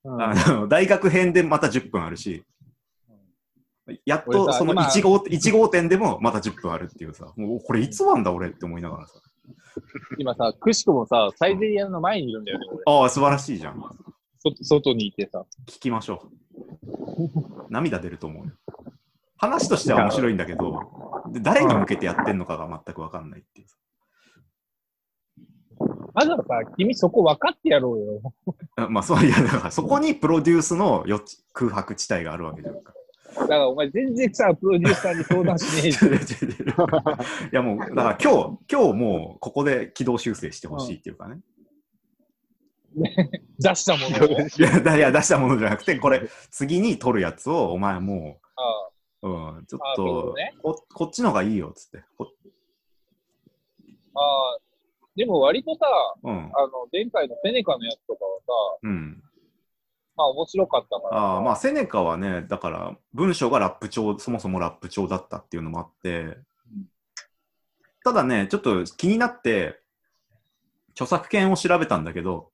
B: うん
A: あの大学編でまた10分あるし、やっと
B: 俺さ
A: その
B: 今
A: 1, 号1号店でもまた10分あるっていうさ、もうこれいつ終わんだ俺って思いながらさ。
B: 今さ、くしくもさ、サイゼリアの前にいるんだよね、俺。
A: ああ、素晴らしいじゃん。
B: そ外にいてさ。
A: 聞きましょう。涙出ると思うよ。話としては面白いんだけど、で誰に向けてやってんのかが全くわかんないっていうさ。
B: まださ、君そこ分かってやろうよ。
A: あまあ、そういや、だからそこにプロデュースの余地空白地帯があるわけじゃん か。
B: だからお前全然さ、プロデューサーに相談しねえし。
A: いやもう、だから今日、今日もうここで軌道修正してほしいっていうかね。
B: 出したものをね。
A: いや、だいや出したものじゃなくて、これ、次に取るやつを、お前も
B: ああ
A: う、うん、ちょっ
B: あそういうこととね
A: こ、こっちのがいいよっつって。こ
B: ああでも割とさ、
A: うん。
B: あの、前回のセネカのやつとかはさ、
A: うん。
B: まあ面白かったから。
A: ああ、まあ、セネカはね、だから、文章がラップ調、そもそもラップ調だったっていうのもあって、ただね、ちょっと気になって、著作権を調べたんだけど、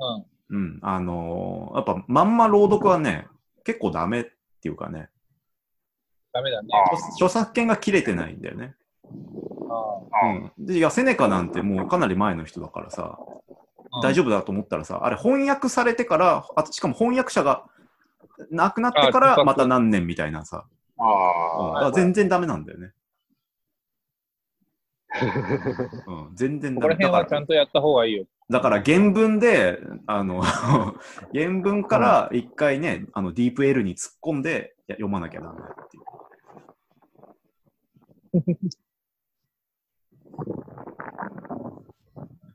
B: うん。
A: うん、あのーやっぱまんま朗読はね、結構ダメっていうかね、
B: ダメだね。
C: あ
A: 著著作権が切れてないんだよね。
B: あ
A: うん、で、いや、セネカなんてもうかなり前の人だからさ、
B: あ
A: 大丈夫だと思ったらさ、あれ翻訳されてから、あとしかも翻訳者が亡くなってか
B: あ自
A: ら
B: 覚
A: また何年みたいなさ、うんだ
C: あ
A: から全然ダメなんだ よね。うん、全然
B: ここ
A: ダ
B: ら
A: メ。だ
B: 辺
A: か
B: はちゃ
A: ら、
B: んとやった方がいいよ。
A: だから原文で、あ の、原文から一回ね、あの、ディープ L に突っ込んでいや読まなきゃダメだっていう。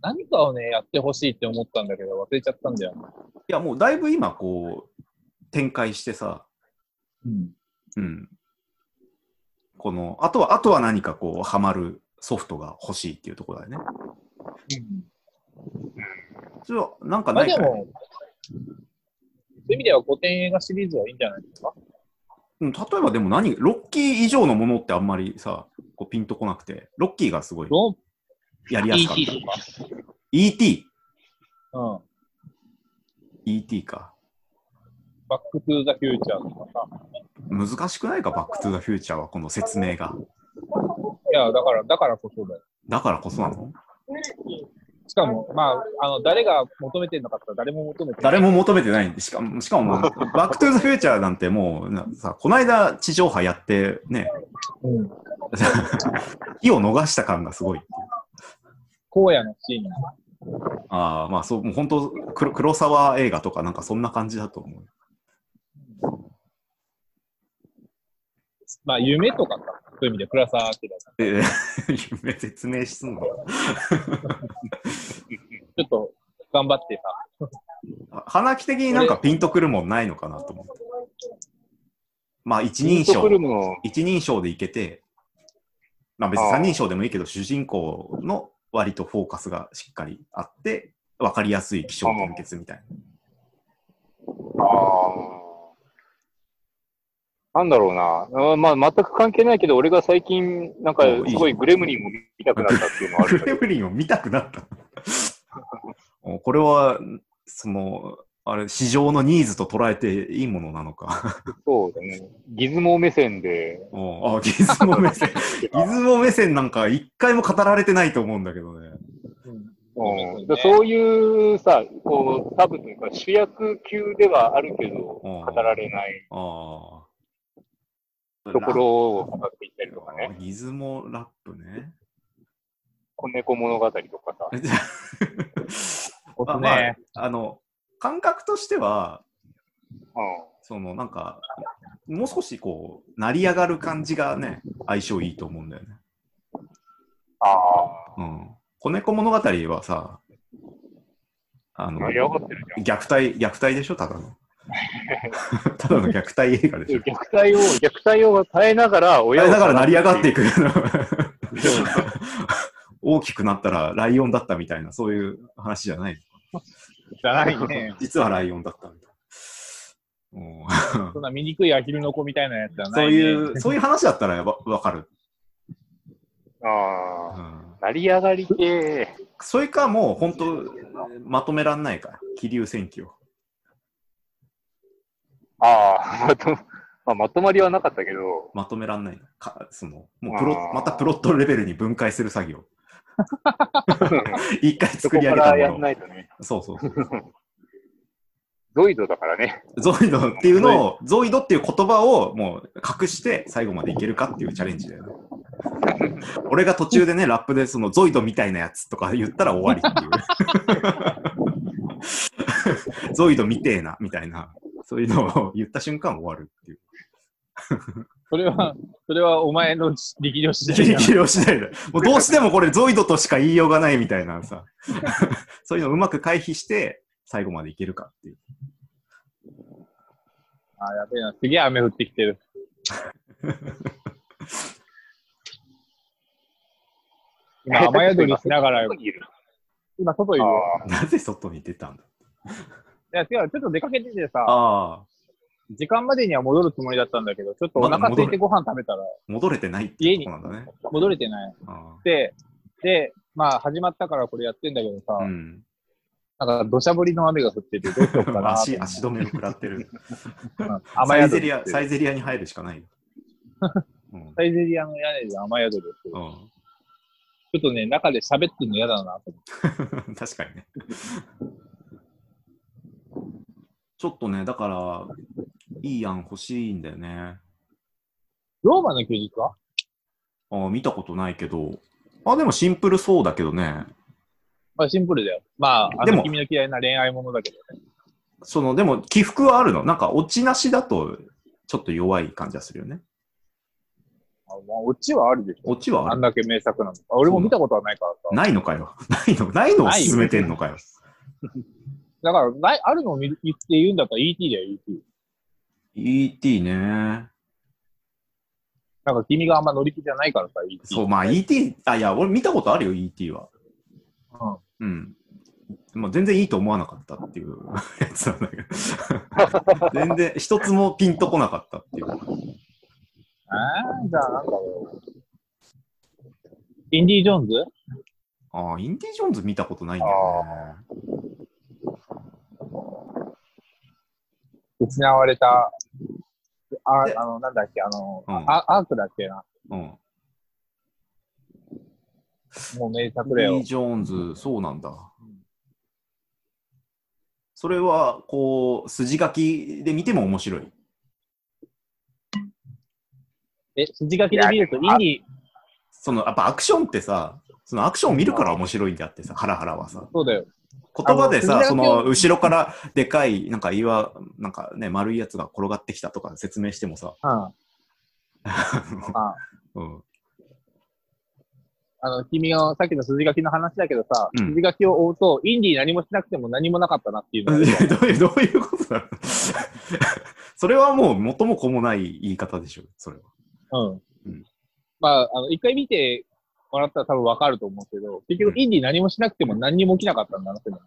B: 何かをね、やってほしいって思ったんだけど、忘れちゃったんだよ。
A: いや、もうだいぶ今、こう、展開してさ、
B: うん。
A: うん。この、あとは、あとは何かこう、ハマるソフトが欲しいっていうところだよね。それは、なんかな
B: まあ
A: い
B: で
A: か、
B: も、そういう意味では古典映画シリーズはいいんじゃないですか
A: うん、例えばでも何、ロッキー以上のものってあんまりさ、こうピンとこなくて、ロッキーがすごい
B: どう
A: やりやすかっ
B: ?ET
A: た。
B: とか。
A: ET。
B: うん。
A: ET か。
B: バックトゥーザフューチャーとかさ。
A: 難しくないか、バックトゥザフューチャーは、この説明が。
B: いや、だから、だからこそだよ。
A: だからこそなの
B: しかも、まあ、あの、誰が求めてんのかって言ったら誰も求めてない
A: 誰も求めてないんで、しかも、しかも、 バックトゥザフューチャーなんてもう、なさ、この間地上波やって、ね、
B: うん。
A: 火を逃した感がすごいっていう。
B: 荒野のシーンが。
A: ああ、まあそう、もう本当黒、黒沢映画とかなんかそんな感じだと思う。
B: まあ、夢とかさ、そういう意味で、倉沢明さん。
A: え ー夢説明すんの
B: ちょっと、頑張ってさ。
A: あ花木的になんかピンとくるもんないのかなと思って。まあ一人
C: 人
A: 称
C: フ、ルムの、
A: 一人称でいけて、まあ別に三人称でもいいけど、主人公の割とフォーカスがしっかりあって、わかりやすい気象転結みたいな。
C: ああ。なんだろうな。あーまあ、全く関係ないけど、俺が最近、なんか、
A: おいいじゃん
C: すごいグレムリンを見たくなったっていうのはある
A: グ
C: んだ
A: レ
C: け
A: ムリンを見たくなった。 おこれは、その、あれ、市場のニーズと捉えていいものなのか。
C: ど、そうだね。ギズモ目線で、
A: おあ、ギズモ目線。ギズモ目線なんか一回も語られてないと思うんだけどね。
C: うんでそういうさ、こう、多分というか、主役級ではあるけど、
A: うん
C: 語られない
A: ああ。
C: ところを語っていったりとかね、
A: ギズモラップね。
C: 子猫物語とかさ、
A: まあ、まあ
B: ね、
A: あの、感覚としては、
C: う
A: そのなんか、もう少しこう、成り上がる感じがね、相性いいと思うんだよね。
C: ん。あ
A: うん。子猫物語はさ、あ
C: あ、
A: の、
C: 盛り上がってるじゃん。
A: 虐待、虐待でしょ、ただ の。ただの虐待映画でしょ。
C: 虐待を、虐待を耐えながら、
A: あ
C: 親を。
A: れだから成り上がっていく。
C: そう。
A: 大きくなったらライオンだったみたいな、そういう話じゃない。
B: じゃないね。
A: 実はライオンだったみたいな。うん
B: そんな醜いアヒルの子みたいなやつじゃ な
A: そう
B: い、ね。
A: いう、そういう話だったらやばわかる、う
C: ああ、
A: ん。
C: 成り上がり系。
A: それかもう本当、まとめらんないから、気流選挙。
C: ああ、まと、まあ、まとまりはなかったけど、
A: まとめらんない。かそのもうプロ
C: あー
A: またプロットレベルに分解する作 業。一回
C: そ
A: 作
C: こ
A: り
C: か
A: 上げた
C: らや
A: も
C: ん
A: の
C: な
A: を。
C: いとね。
A: そうそうそう。
C: ゾイドだからね。
A: ゾイドっていうのを、ゾイドっていう言葉をもう隠して最後までいけるかっていうチャレンジだよね。俺が途中でね、ラップでそのゾイドみたいなやつとか言ったら終わりっていう。ゾイドみてえな、みたいな。そういうのを言った瞬間終わるっていう。
B: それは、それはお前の力量次第
A: ギ
B: だ
A: リギリを次第だよ。もうどうしてもこれゾイドとしか言いようがないみたいなさ。 そういうのをうまく回避して、最後までいけるかっていう。
B: あ、やべえな。すげえ雨降ってき てる。今、雨宿りしながら、
C: 外にいる
B: 今、外いる
C: あ
B: よ。
C: あ
A: なぜ外に出たんだ
B: いや、違う、ちょっと出かけててさ、
A: ああ、
B: 時間までには戻るつもりだったんだけど、ちょっとお
A: まだ
B: 腹
A: 戻
B: 空
A: る
B: いてご飯食べたら、
A: 戻れてないっていうとこなんだね。
B: 戻れてない。
A: あ
B: で、で、まあ、始まったからこれやってんだけどさ、
A: あうん。
B: なんか、土砂降りの雨が降ってて、どうしようかなって
A: 足、足止めを食らってる。
B: うん
A: サ
B: 雨
A: イ
B: 宿
A: ゼ
B: り
A: リア
B: し、て
A: サ
B: る。
A: イゼリアに入るしかない よ。うん。
B: サイゼリアの屋根で雨宿りをして
A: う
B: るちょっとね、中で喋ってるの嫌だなと思って。
A: ん、 確かにね。ちょっとね、だから、いい案欲しいんだよね。
B: ローマの休日は
A: ああ、見たことないけど。あ、でもシンプルそうだけどね。
B: まあ、シンプルだよ。まあ、あ
A: でも
B: の君の嫌いな恋愛ものだけどね。
A: その、でも起伏はあるの。なんか、落ちなしだと、ちょっと弱い感じがするよね。
B: あまあ、オチはあるでしょ。
A: 落ちはあ
B: あん
A: る。
B: だけ名作なのか。俺も見たことはないからさ。
A: ないのかよ。 ないの、ないのを進めてんのかよ。
B: だから、ない、あるのを見る言って言うんだったら ET だよ、ET。
A: ET ね。
B: なんか君があんま乗り気じゃないからさ、ET。
A: そう、まあ ET、あ、いや、俺見たことあるよ、ET は。うん。まあ、全然いいと思わなかったっていう やつなんだけど。 全然、一つもピンとこなかったっていう。
B: ああ、じゃあなんだろう。インディ・ジョーンズ
A: ああ、インディ・ジョーンズ見たことないんだよね。
B: 失われた、あ
A: で
B: あの、なんだっけ、あの、
A: うん
B: あアークだっけな。
A: うん。
B: もう名
A: イ
B: 作
A: ン
B: だ
A: デ
B: よ
A: ィ・。ジョーンズ、そうなんだ。それは、こう、筋書きで見ても面白い。
B: え、筋書きで見ると、インディ、
A: その、やっぱアクションってさ、そのアクションを見るから面白いんであってさ、ハラハラはさ。
B: そうだよ。
A: 言葉で
B: あ
A: さ、
B: の
A: そ
B: 藤原
A: の後ろからでかい、なんか岩、なんかね、丸いやつが転がってきたとか説明してもさ、
B: うん。あ
A: うん、
B: あの、君のさっきの筋書きの話だけどさ、
A: うん
B: 筋書きを追うと、インディ何もしなくても何もなかったなっていうのが
A: どういう、どういうことだろう それはもう元も子もない言い方でしょ、それは。
B: うん。まあ、あの、一回見てもらったら多分わかると思うけど、結
A: う
B: 局
A: ん
B: インディ何もしなくても何にも起きなかったんだなってのは。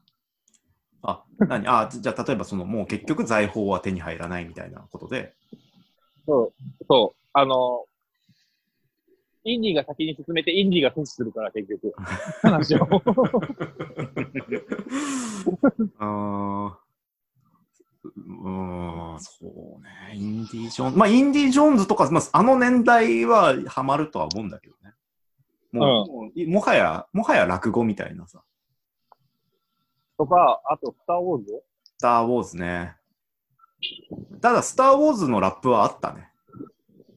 A: あ、何あ、じゃあ、例えば、その、もう結局財宝は手に入らないみたいなことで。
B: そう、そう、あの、インディが先に進めて、インディが阻止するから、結局。話を。
A: あーうーん、そうね。インディ・ジョーンズ。まあ、インディ・ジョーンズとか、まあ、あの年代はハマるとは思うんだけどね。もう、もういもはや、もはや落語みたいなさ。
B: とか、あと、スター・ウォーズ
A: スター・ウォーズね。ただ、スター・ウォーズのラップはあったね。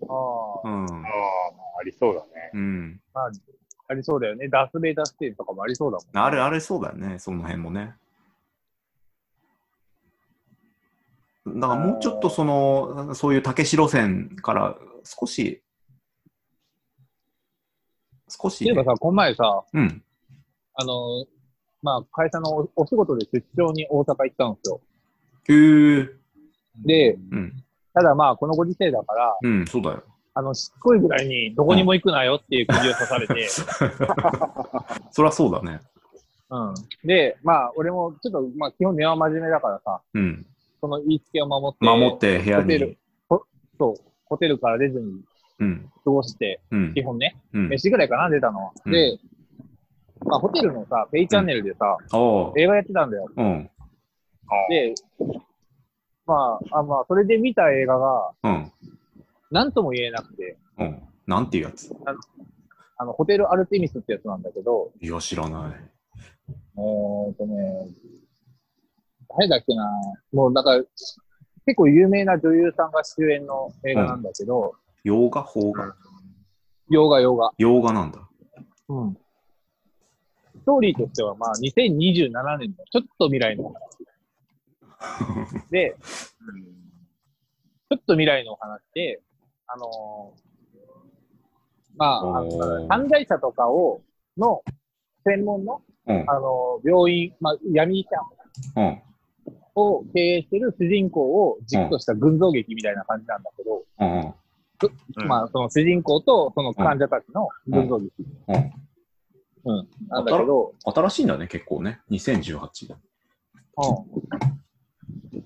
B: ああ、
A: うん。
C: ああ、ありそうだね。
A: うん。
B: まあ、ありそうだよね。ダース・ベイダーステージとかもありそうだもん。
A: あれ、あれそうだよね。その辺もね。だからもうちょっとその、そういう竹城線から少し、少し
B: 例
A: ね、
B: えばさ、この前さ、
A: うん。
B: あの、まあ、会社のおお仕事で出張に大阪行ったんですよ。
A: へー
B: で、
A: うん。
B: ただまあ、このご時世だから、
A: うん、そうだよ。
B: あの、しつこいぐらいに、どこにも行くなよっていう釘を刺されて、
A: そりゃそうだね。
B: うん。で、まあ、俺も、ちょっと、まあ、基本根は真面目だからさ、
A: うん。
B: その言いつけを守って、
A: 守って部屋
B: ホテル
A: に。
B: そう、ホテルから出ずに
A: うん。
B: 過ごして、
A: うん
B: 基。本ね、
A: うん。
B: 飯ぐらいかな、出たのは。
A: うん
B: で、まあ、ホテルのさ、ペイチャンネルでさ、
A: おう。
B: 映画やってたんだよ。
A: うん。
B: で、まあ、あまあ、それで見た映画が、
A: うん。
B: なんとも言えなくて、
A: うん。なんていうやつ
B: あの、ホテルアルテミスってやつなんだけど、
A: いや、知らない。
B: えーっとね、誰だっけな、もうだから、結構有名な女優さんが主演の映画なんだけど、
A: 洋画邦画
B: 洋画洋画。
A: 洋画なんだ。
B: うん。ストーリーとしては、まあ、2027年のちょっと未来の 話。で、ちょっと未来のお話で、あのーまあ、あの
A: おー
B: 犯罪者とかを、の、専門の、
A: うん。
B: あのー病院、まあ、闇医者
A: うん。
B: を経営してる主人公を軸とした群像劇みたいな感じなんだけど、
A: うん。うん
C: うん
B: まあ、その主人公とその患者たちの群像劇。
A: うんうん
B: うんなんだけど、
A: 新しいんだね、結構ね。2018。
B: うん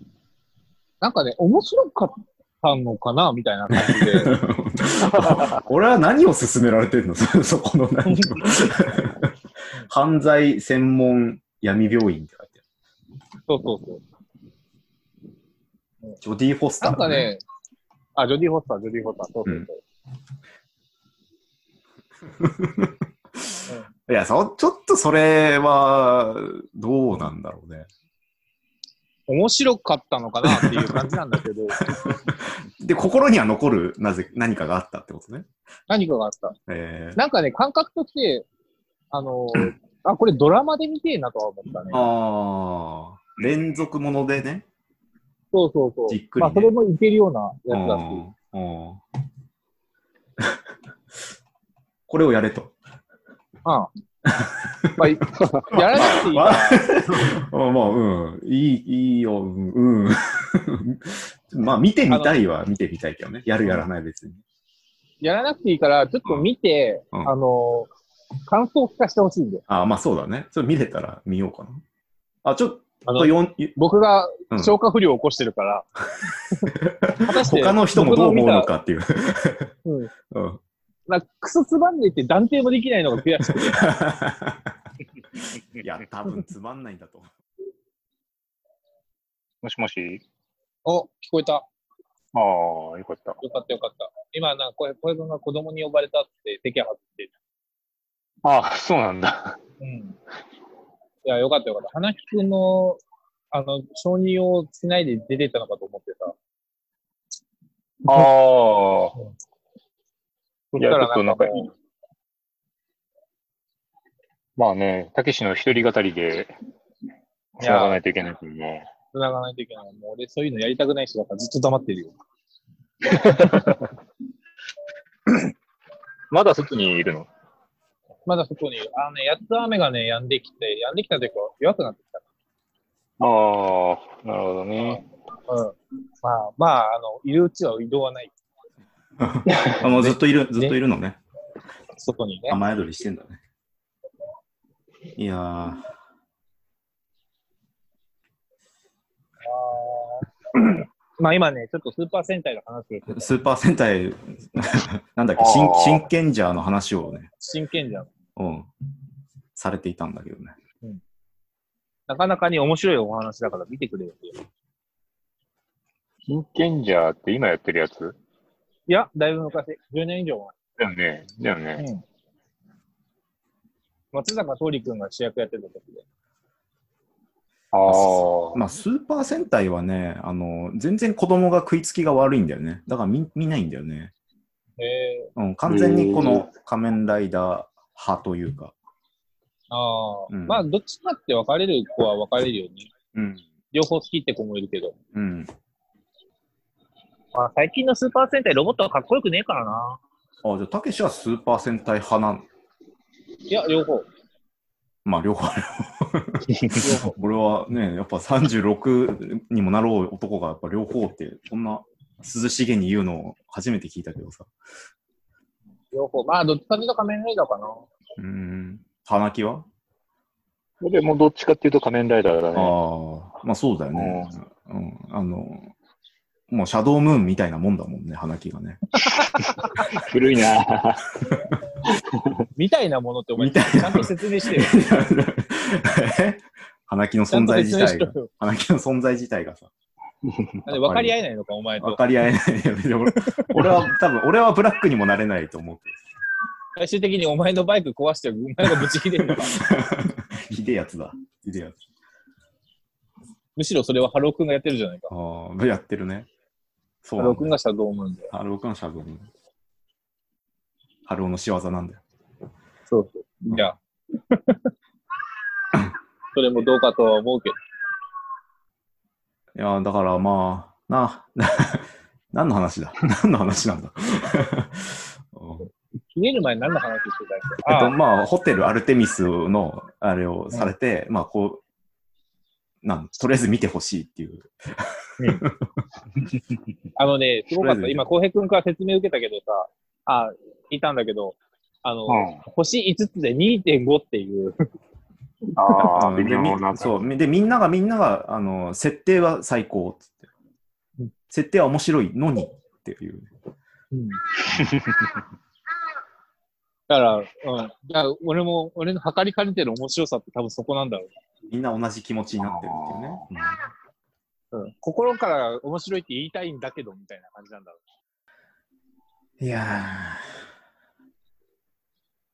B: なんかね、面白かったのかなみたい な感じで。
A: 俺は何を勧められてるの そそこの何を 犯罪専門闇病院って書いてあ
B: そうそうそう。
A: る。ジョディ・フォスタ
B: な
A: ー
B: ん
A: だ
B: か
A: ね、
B: ね、あ、ジョディ・フォスター、ジョディ・フォスター、そうそうそう。
A: いやそ、ちょっとそれは、どうなんだろうね。
B: 面白かったのかなっていう感じなんだけど、
A: で、心には残る、なぜ、何かがあったってことね。
B: 何かがあった。
A: えー、
B: なんかね、感覚として、あのー あ、これドラマで見てえなとは思ったね。
A: あー、連続ものでね。
B: そうそうそう。
A: じっくりね
B: まあ、それもいけるようなやつだし。
A: うんうん これをやれと。
B: うん。まあい、やらなくていいから。
A: あまあ、うん。いい、いいよ、うん。 うん、まあ、見てみたいは見てみたいけどね。やるやらない別に。
B: やらなくていいから、ちょっと見て、
A: うん
B: あのー感想を聞かせてほしいんで。
A: あまあそうだね。ちょっと見れたら見ようかな。あ、ちょっ
B: あ
A: と
B: の、
A: よん、よ
B: 僕が
A: うん
B: 消化不良を起こして るから。果たして
A: 他の人もどう思うのかっていう。
B: 僕の見た。うん。
A: うん。
B: まあ、クソつばんでいて断定もできないのが悔しい。
A: いや、多分つまんないんだと思う。
C: もしもし
B: お、聞こえた。
C: ああ、よかった。
B: よかったよかった。今、なんか、小平君が子供に呼ばれたって、席張って。
C: ああ、そうなんだ。
B: うん。いや、よかったよかった。花木君の、あの、承認をしないで出てったのかと思ってさ。
C: あ あ。
B: そ
C: いや、ちょっとなんかいい
B: もう、
C: まあね、たけしの一人語りで、
B: いや
C: 繋がないといけないけどね。
B: 繋がないといけない。もう俺、そういうのやりたくない人だからずっと黙ってるよ。
C: まだ外にいるの
B: まだそこに、あのね、やっと雨がね、止んできて、止んできたというか、弱くなってき
C: ああ、なるほどね。
B: た。うん。まあ、まあ、あの、いるうちは移動はない。
A: あもうずっといる、ずっといるのね。
B: 外にね。
A: 雨宿りしてんだね。いやー、
B: まあ今ね、ちょっとスーパー戦隊の話をしてて
A: スーパー戦隊、なんだっけ、
C: あー
A: 真真剣ジャーの話をね、
B: 真剣じゃん。
A: うん、されていたんだけどね。
B: なかなかに面白いお話だから見てくれよっていう。
C: 真剣じゃーって今やってるやつ
B: いや、だいぶ昔、10年以上
C: だよね。だよね。
B: 前。うん。松坂桃李君が主役やってた時で。
C: ああ。
A: まあ、スーパー戦隊はね、あの、全然子供が食いつきが悪いんだよね。だから見見ないんだよね。
B: へえ。
A: うん、完全にこ
C: へ
A: の
C: ー
A: 仮面ライダー派というか。
B: ああ、
A: うん
B: まあどっちかって分かれる子は分かれるよね。
A: うん。
B: 両方好きって子もいるけど。
A: うん。
B: まあ最近のスーパー戦隊ロボットはかっこよくねえからな。
A: あ、じゃあ、たけしはスーパー戦隊派なん
B: いや、両方。
A: まあ、両方あ る。
B: 両方。
A: 俺はね、やっぱ36にもなろう男が、やっぱ両方って、こんな涼しげに言うのを初めて聞いたけどさ。
B: 両方。まあどっちかっていうと仮面ライダーかな。
A: うん。花木は
C: でもどっちかっていうと仮面ライダーだね。
A: ああ、まあそうだよね。うん。あの、もうシャドームーンみたいなもんだもんね、花木が ね。
C: 古いな。
B: みたいなものってお前、
A: みたいな
B: ちゃんと説明してよ。
A: え花木の
B: ちゃ
A: 存
B: んと
A: 在自
B: 説明
A: 体
B: しろ
A: が、
B: よ。
A: 花木の存在自体がさ、
B: なんで分かり合えないのか、お前
A: 分
B: と。
A: かり合えない よね。で俺俺は多分、俺はブラックにもなれないと思う
B: 最終的にお前のバイク壊して、お前がぶち切れるのか。
A: けど。ひでえやつだ。ひでえやつ。
B: むしろそれはハロー君がやってるじゃないか。
A: ああ、やってるね。そ
B: ハ
A: うな
B: ロ
A: ん
B: ー君
A: だよ。
B: がしたらどう思うんだよ。
A: ハロー君のシャドームーン。ハローの仕業なんだよ。
B: そうそう。じゃあ。それもどうかとは思うけど。
A: いやー、だからまあ、な、 な何の話だ 何の話なんだうん
B: 切れる前に何の話してた
A: えっ
B: っ
A: と、
B: けあ
A: まあ、ホテルアルテミスの、あれをされて、まあ、こう、なん、とりあえず見てほしいっていう。
B: あのね、すごかっ
A: とりあえ
B: た。
A: ず
B: 今、浩平君から説明受けたけどさ、あ、いたんだけど、あの、
C: うん。
B: 星5つで2.5っていう、
C: ああ、
A: うん
C: 微
A: で
C: 妙
A: み
C: な。
A: そう。みで、みんなが、みんなが、あの、設定は最高っつって
B: うん
A: 設定は面白いのにっていう。
B: だから、うん。だから俺も、俺の測りかねてる面白さって多分そこなんだろ
A: みんな同じ気持ちになってるっていうね。うん
B: う。うん。心から面白いって言いたいんだけど、みたいな感じなんだろう。
A: いや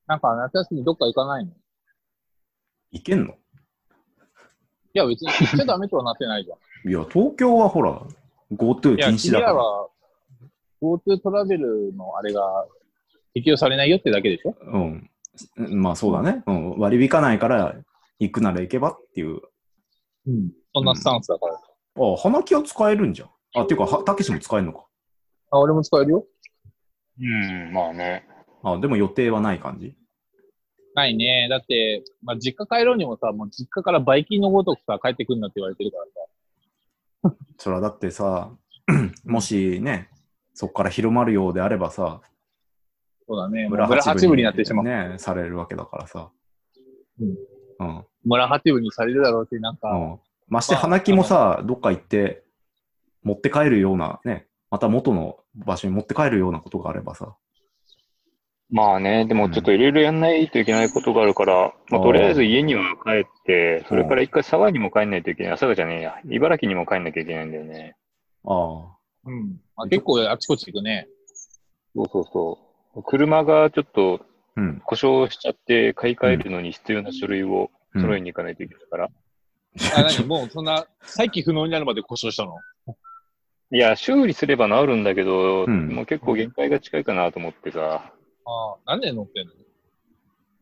B: なんか夏休みどっか行かないのい
A: ー、いけんの
B: や、別に、行っちゃダメとはなってないじゃん。
A: いや、東京はほら、GoTo
B: い や、
A: 禁止だか
B: 君
A: ら
B: ら。は、GoTo トラベルのあれが適用されないよってだけでしょ
A: うん。まあそうだね。うん、割り引かないから、行くなら行けばっていう。
B: うん。そんなスタンスだから。
A: あ、花木は使えるんじゃん。あ、ていうか、はたけしも使えるのか。
B: あ、俺も使えるよ。
C: うん、まあね。
A: あ、でも予定はない感じ。
B: ないね。だって、まあ、実家帰ろうにもさ、もう実家からバイキンのごとくさ、帰ってくんなって言われてるからさ。
A: それはだってさ、 もしね、そこから広まるようであればさ、
B: そうだね。
A: 村
B: 村八
A: 八
B: 分
A: 分
B: になってしまう。
A: ね、されるわけだからさ。
B: うん
A: うん。
B: 村八分にされるだろうって、なんか、
A: うんまして、花木もさ、どっか行って、持って帰るような、ね、また元の場所に持って帰るようなことがあればさ、
C: まあね、でもちょっといろいろやんないといけないことがあるから、まあ、とりあえず家には帰って、それから一回佐賀にも帰んないといけない。佐賀じゃねえや。茨城にも帰んなきゃいけないんだよね。
A: あ
B: うん。まあ、結構あちこち行くね。
C: そうそうそう。車がちょっと
A: あ、うん。
C: 故障しちゃって、買い替えるのに必要な書類を
A: うん
C: 揃えに行かないといけないから。
B: あ、何もうそんな、再起不能になるまで故障したの
C: いや、修理すれば治るんだけど、
A: うん
C: もう結構限界が近いかなと思ってさ。
B: ああ、何年乗ってんの
C: い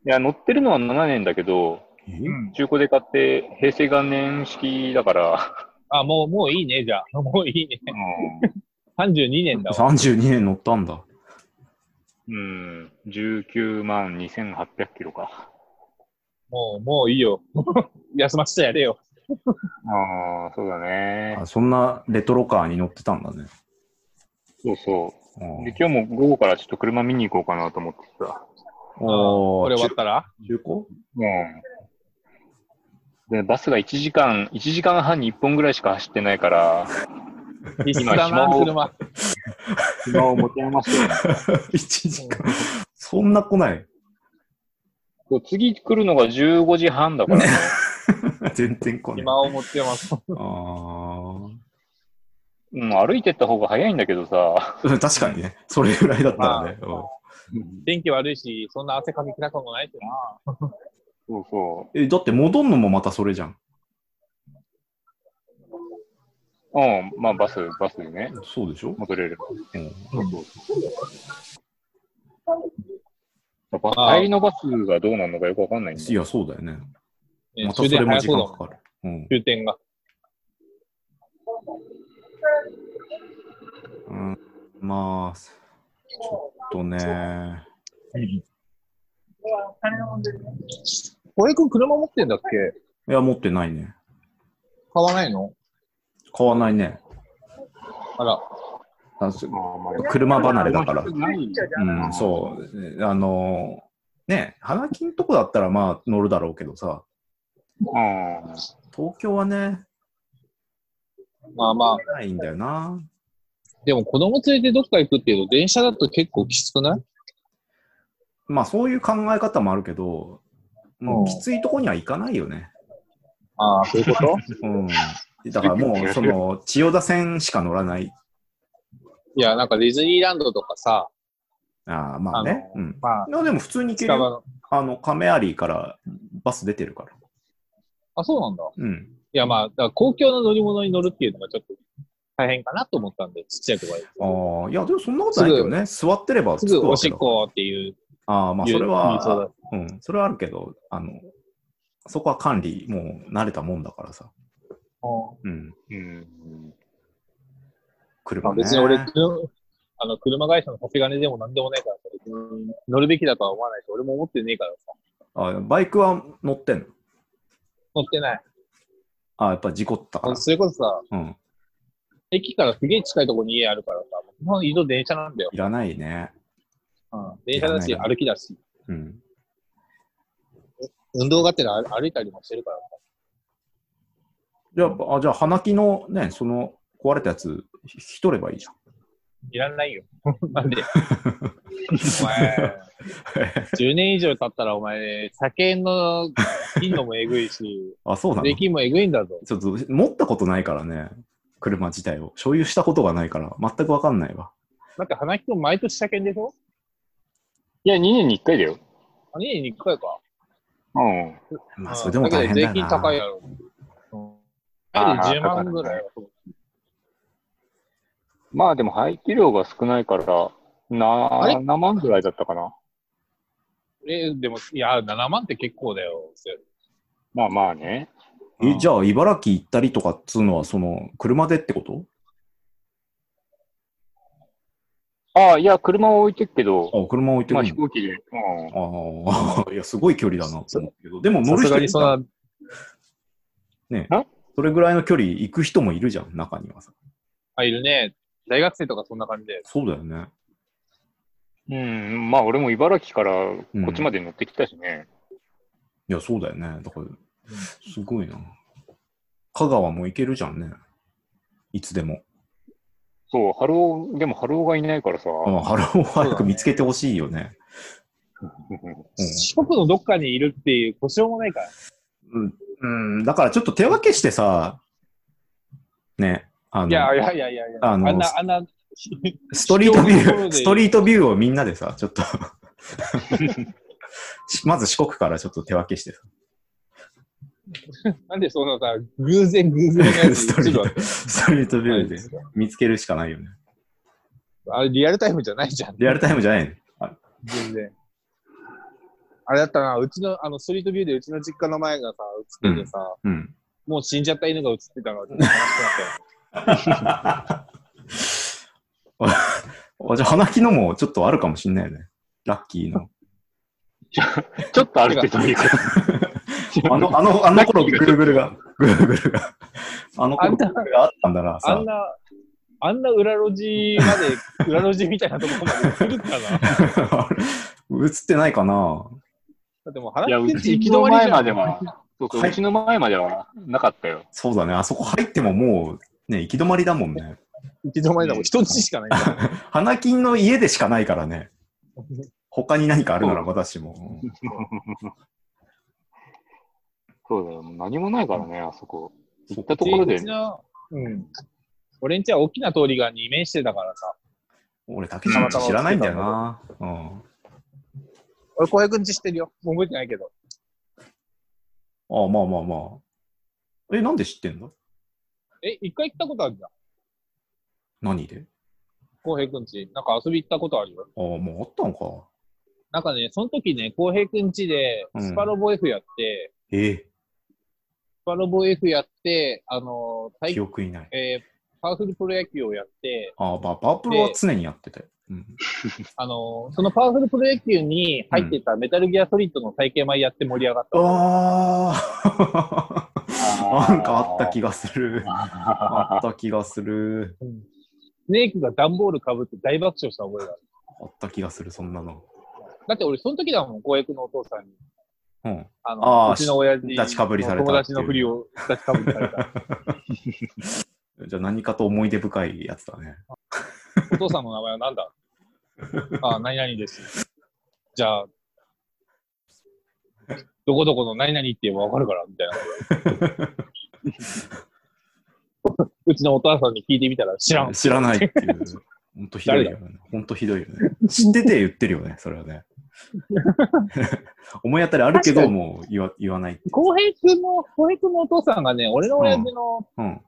C: や、乗ってるのは7年だけど、
A: え
B: ん。
C: 中古で買って平成元年式だから、
B: あ、もう、もういいね、じゃあ。 もういいね。
C: うん
B: 32年だわ。
A: 32年乗ったんだ。
C: うん、19万2800キロか。
B: もう、もういいよ。 休ませてやれよ。
C: ああ、そうだね
A: あ。そんなレトロカーに乗ってたんだね。
C: そうそうう。
A: ん
C: で、今日も午後からちょっと車見に行こうかなと思ってさ。
B: こ
A: こ
B: れ終わったら
A: 中古
C: うん。で、バスが1時間、1時間半に1本ぐらいしか走ってないから、
B: 必須だな、
C: 今
B: 車。
C: 暇を持て余すよね。
A: ?1 時間。そんな来ない。
C: そう次来るのが15時半だからね。
A: 全然来ない。
B: 暇を持ってます。
A: あ
C: うん、歩いてった方が早いんだけどさ。
A: あ。確かにね。それぐらいだったらね。
B: まあ
A: うん
B: 天気悪いし、そんな汗かききなくもないしな。
C: そうそ
A: え、だって戻んのもまたそれじゃん。
C: う。うん、まあバス、バスでね、
A: そうでしょ、
C: 戻れれば。
A: うん、
C: バス帰りのバスがどうなるのかよくわかんないんだ
A: いや、そうだよね。
B: ね
A: またそ
B: 終
A: れ
B: 電
A: も
B: 早
A: 時
B: そうだ
A: 間
B: もん
A: か、かる。うん。
B: 終点が。
A: うん、まあ、ちょっとね。
B: 小江君車持ってんだっけ
A: いや、持ってないね。
B: 買わないの
A: 買わないね。
B: あら。
A: あそ
C: まあまあ
A: 車離れだから。
C: ない
A: うん、そう。あの、ね、花金とこだったらまあ乗るだろうけどさ、
C: うん。
A: 東京はね、
B: まあまあ、
A: ないんだよな。
B: でも子供連れてどっか行くっていうと、電車だと結構きつくない
A: まあそういう考え方もあるけど、も
B: うん
A: うきついとこには行かないよね。
B: ああ、そういうこと
A: うん。だからもう、その、千代田線しか乗らない。
B: いや、なんかディズニーランドとかさ、
A: ああ、まあね。
B: あの
A: うん。
B: まあ、
A: いやでも普通に行ける
B: 近場
A: よ。
B: の。
A: あの、亀有からバス出てるから。
B: あ、そうなんだ。
A: うん。
B: いや、まあ、だから公共の乗り物に乗るっていうのがちょっと大変かなと思ったんで、ちっちゃい子がいる。
A: ああ、いや、でもそんなことないけどね。座ってれば
B: す
A: 着く
B: ぐお
A: わけ
B: しっ
A: だ。
B: こっていう。
A: ああ、まあそれ
B: 言うそうだ
A: は、うん、それはあるけど、あの、そこは管理、もう慣れたもんだからさ。うん。
C: うん。
B: ま
A: 車
B: あ、
A: ね。
B: 別に俺、くあの車会社の差し金でも何でもないからさ、別に乗るべきだとは思わないし、俺も思ってねえからさ、
A: あバイクは乗ってんの
B: 乗ってない。
A: あやっぱ事故ったから。
B: それこそさ、
A: うん。
B: 駅からすげえ近いところに家あるからさ、もう基本移動電車なんだよ。
A: いらないね。
B: うん、電車だ
A: い
B: し、
A: らない
B: 歩きだし、
A: うん。
B: 運動がてら歩歩いたりもしてるからさ。
A: じゃあ、あじゃあ、花木のね、その壊れたやつ、ひ引き取ればいいじゃん。
B: いらないよ。 な んでお前、10年以上経ったらお前、酒の頻度もえぐいし、
A: あ、そうなの
B: 税金もえぐいんだぞ。
A: ちょっと持ったことないからね、車自体を。所有したことがないから、全くわかんないわ。
B: だって花木くん毎年車検でしょ
C: いや、2年に1回だよ。
B: あ、年に1回か。
C: うん。
A: まあ、それでも大変だ
B: だ
A: よ
B: けど税金高い
A: な。
B: やろ。うん。
C: あー
B: 10万ぐらいはそう。
C: まあでも排気量が少ないから、な
B: あれ
C: 7万ぐらいだったかな。
B: えーでも、いや、7万って結構だよ。
C: まあまあね。
A: えじゃあ、茨城行ったりとかっつうのは、その、車でってこと
C: ああ、いや、車を置いてるけど、
A: あ、車置いて
C: ま
A: る
C: あ
A: ん
C: 飛
A: だ。
C: 行機で。うん。
A: あ あ、いや、すごい距離だなと思うけど、でも乗
B: さ
A: る
B: す
A: 人
B: が
A: いる
B: に
A: じ
B: そ
A: ゃ
B: ん
A: ん
B: な、
A: ね
C: ん、
A: それぐらいの距離行く人もいるじゃん、中にはさ。
B: あ、いるね。大学生とかそんな感じで。
A: そうだよね。
C: うん、まあ俺も茨城からこっちまで乗ってきたしね。
A: いや、そうだよね。だから、すごいな。香川も行けるじゃんね。いつでも。
C: そう、ハロー、でもハローがいないからさ。
A: あハローを早く見つけてほしいよね。
B: 四国のどっかにいるっていう保証もないから。
A: うん、うん、だからちょっと手分けしてさ、ね、あ
B: いやい
A: の、
B: やいやいやいや、
A: あ
B: あ
A: の
B: んな、あん な、
A: ストリートビ
B: 秘境のとこ
A: ュー、
B: ろで
A: ストリートビューをみんなでさ、ちょっと しまず四国からちょっと手分けしてさ、
B: なんでそんなさ、偶然偶然のや つ
A: ストリ
B: 一
A: ー
B: 部は
A: ト、 ストリートビューで見つけるしかないよね。
B: あれリアルタイムじゃないじゃん。
A: リアルタイムじゃないのあ
B: 全然。あれだったな、うちの、あの、ストリートビューでうちの実家の前がさ、映っててさ、
A: うん。
B: もう死んじゃった犬が映ってたから、ちょっと悲しくなったよ。
A: あじゃあ、花木のもちょっとあるかもしんないよね。ラッキーの。
C: ちょっと歩いてたらいいか
A: あの、あの、あの頃、グーグルが、グーグルが、あの
B: あ
A: 頃、
B: ん
A: グ
B: た
A: ーグルがあったんだな、
B: あ
A: さ
B: ん。な、あんな裏路地ま で、裏路地みたいなところまで来るかなだ
A: 映ってないかな
B: ってもう
C: い
B: 原
C: や、う
B: 口
C: ち、
B: 行き
C: 行き
B: 止
C: の
B: まりじ
C: 前
B: ゃ
C: ま
B: ん
C: では、そうそう、
A: はいう
C: ちの前まではなかったよ。
A: そうだね。あそこ入ってももう、ね、行き止まりだもんね。
B: 行き止まりだもん。人んちしかないから
A: 花金の家でしかないからね。他に何かあるなら私も。
C: そうだよ、もう何もないからね、あそこ。
A: そ
C: 行
A: っ
C: ったとこ ろ
B: う
C: で
B: ち、のうん。俺んちは大きな通りが二面してたからさ。
A: 俺、竹島知らないんだよな。うん。
B: 俺、小平くんち知ってるよ。もう覚えてないけど。
A: ああ、まあまあまあ。え、なんで知ってんの
B: え、一回行ったことあるじゃん。
A: 何で
B: 浩平くんち。なんか遊び行ったことあるよ。
A: ああ、もうあったのか。
B: なんかね、その時ね、浩平くんちで
A: う、ん
B: スパロボ F やって、
A: ええ
B: スパロボ F やって、あのー、
A: 記
B: 体
A: 憶いない。
B: えー、パワフルプロ野球をやって、
A: ああ、まあ、パープルは常にやってたよ。うん、
B: あのー、そのパワフルプロ野球に入ってたメタルギアソリッドの体験前やって盛り上がった。
A: ああ なんかあった気がする。あ
C: が
A: っ。た気がする。
B: うんスネークが段ボールかぶって大爆笑した覚えがある。
A: あった気がする、そんなの。
B: だって俺、その時だもん、公約のお父さんに。
A: うん。
B: あ
A: あ
B: の、
A: ー
B: うちの親父
A: し出しかぶりされたっていう
B: 友達のふりを、出しかぶりさ れた。
A: じゃあ何かと思い出深いやつだね。
B: お父さんの名前は何だあー、何々です。じゃあ、どこどこの何々って言えばわかるから、みたいな。 うちのお父さんに聞いてみたら知らん。
A: 知らないって いう。ほんとひどいよね。ほんとひどいよね。知ってて言ってるよね、それは ね。思い当たりあるけど、
B: 確か
A: もう言わ言わないっていう。
B: 浩平君の、浩平君のお父さんがね、俺の親父の
A: うん。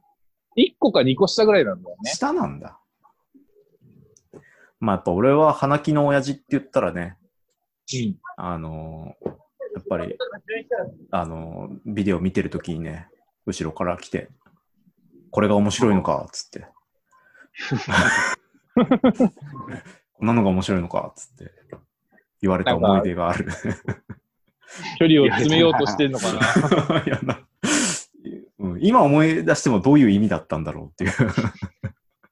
B: 1個か2個下ぐらいなんだよね。
A: 下なんだ。まあやっぱ俺は花木の親父って言ったらね、
B: うん。
A: あのーやっぱり、あのービデオ見てるときにね、後ろから来て、これが面白いのか、っつって。こんなのが面白いのか、っつって。言われた思い出がある。
B: 距離を詰めようとしてんのか な。
A: いやなうん今思い出してもどういう意味だったんだろうっていう。
C: い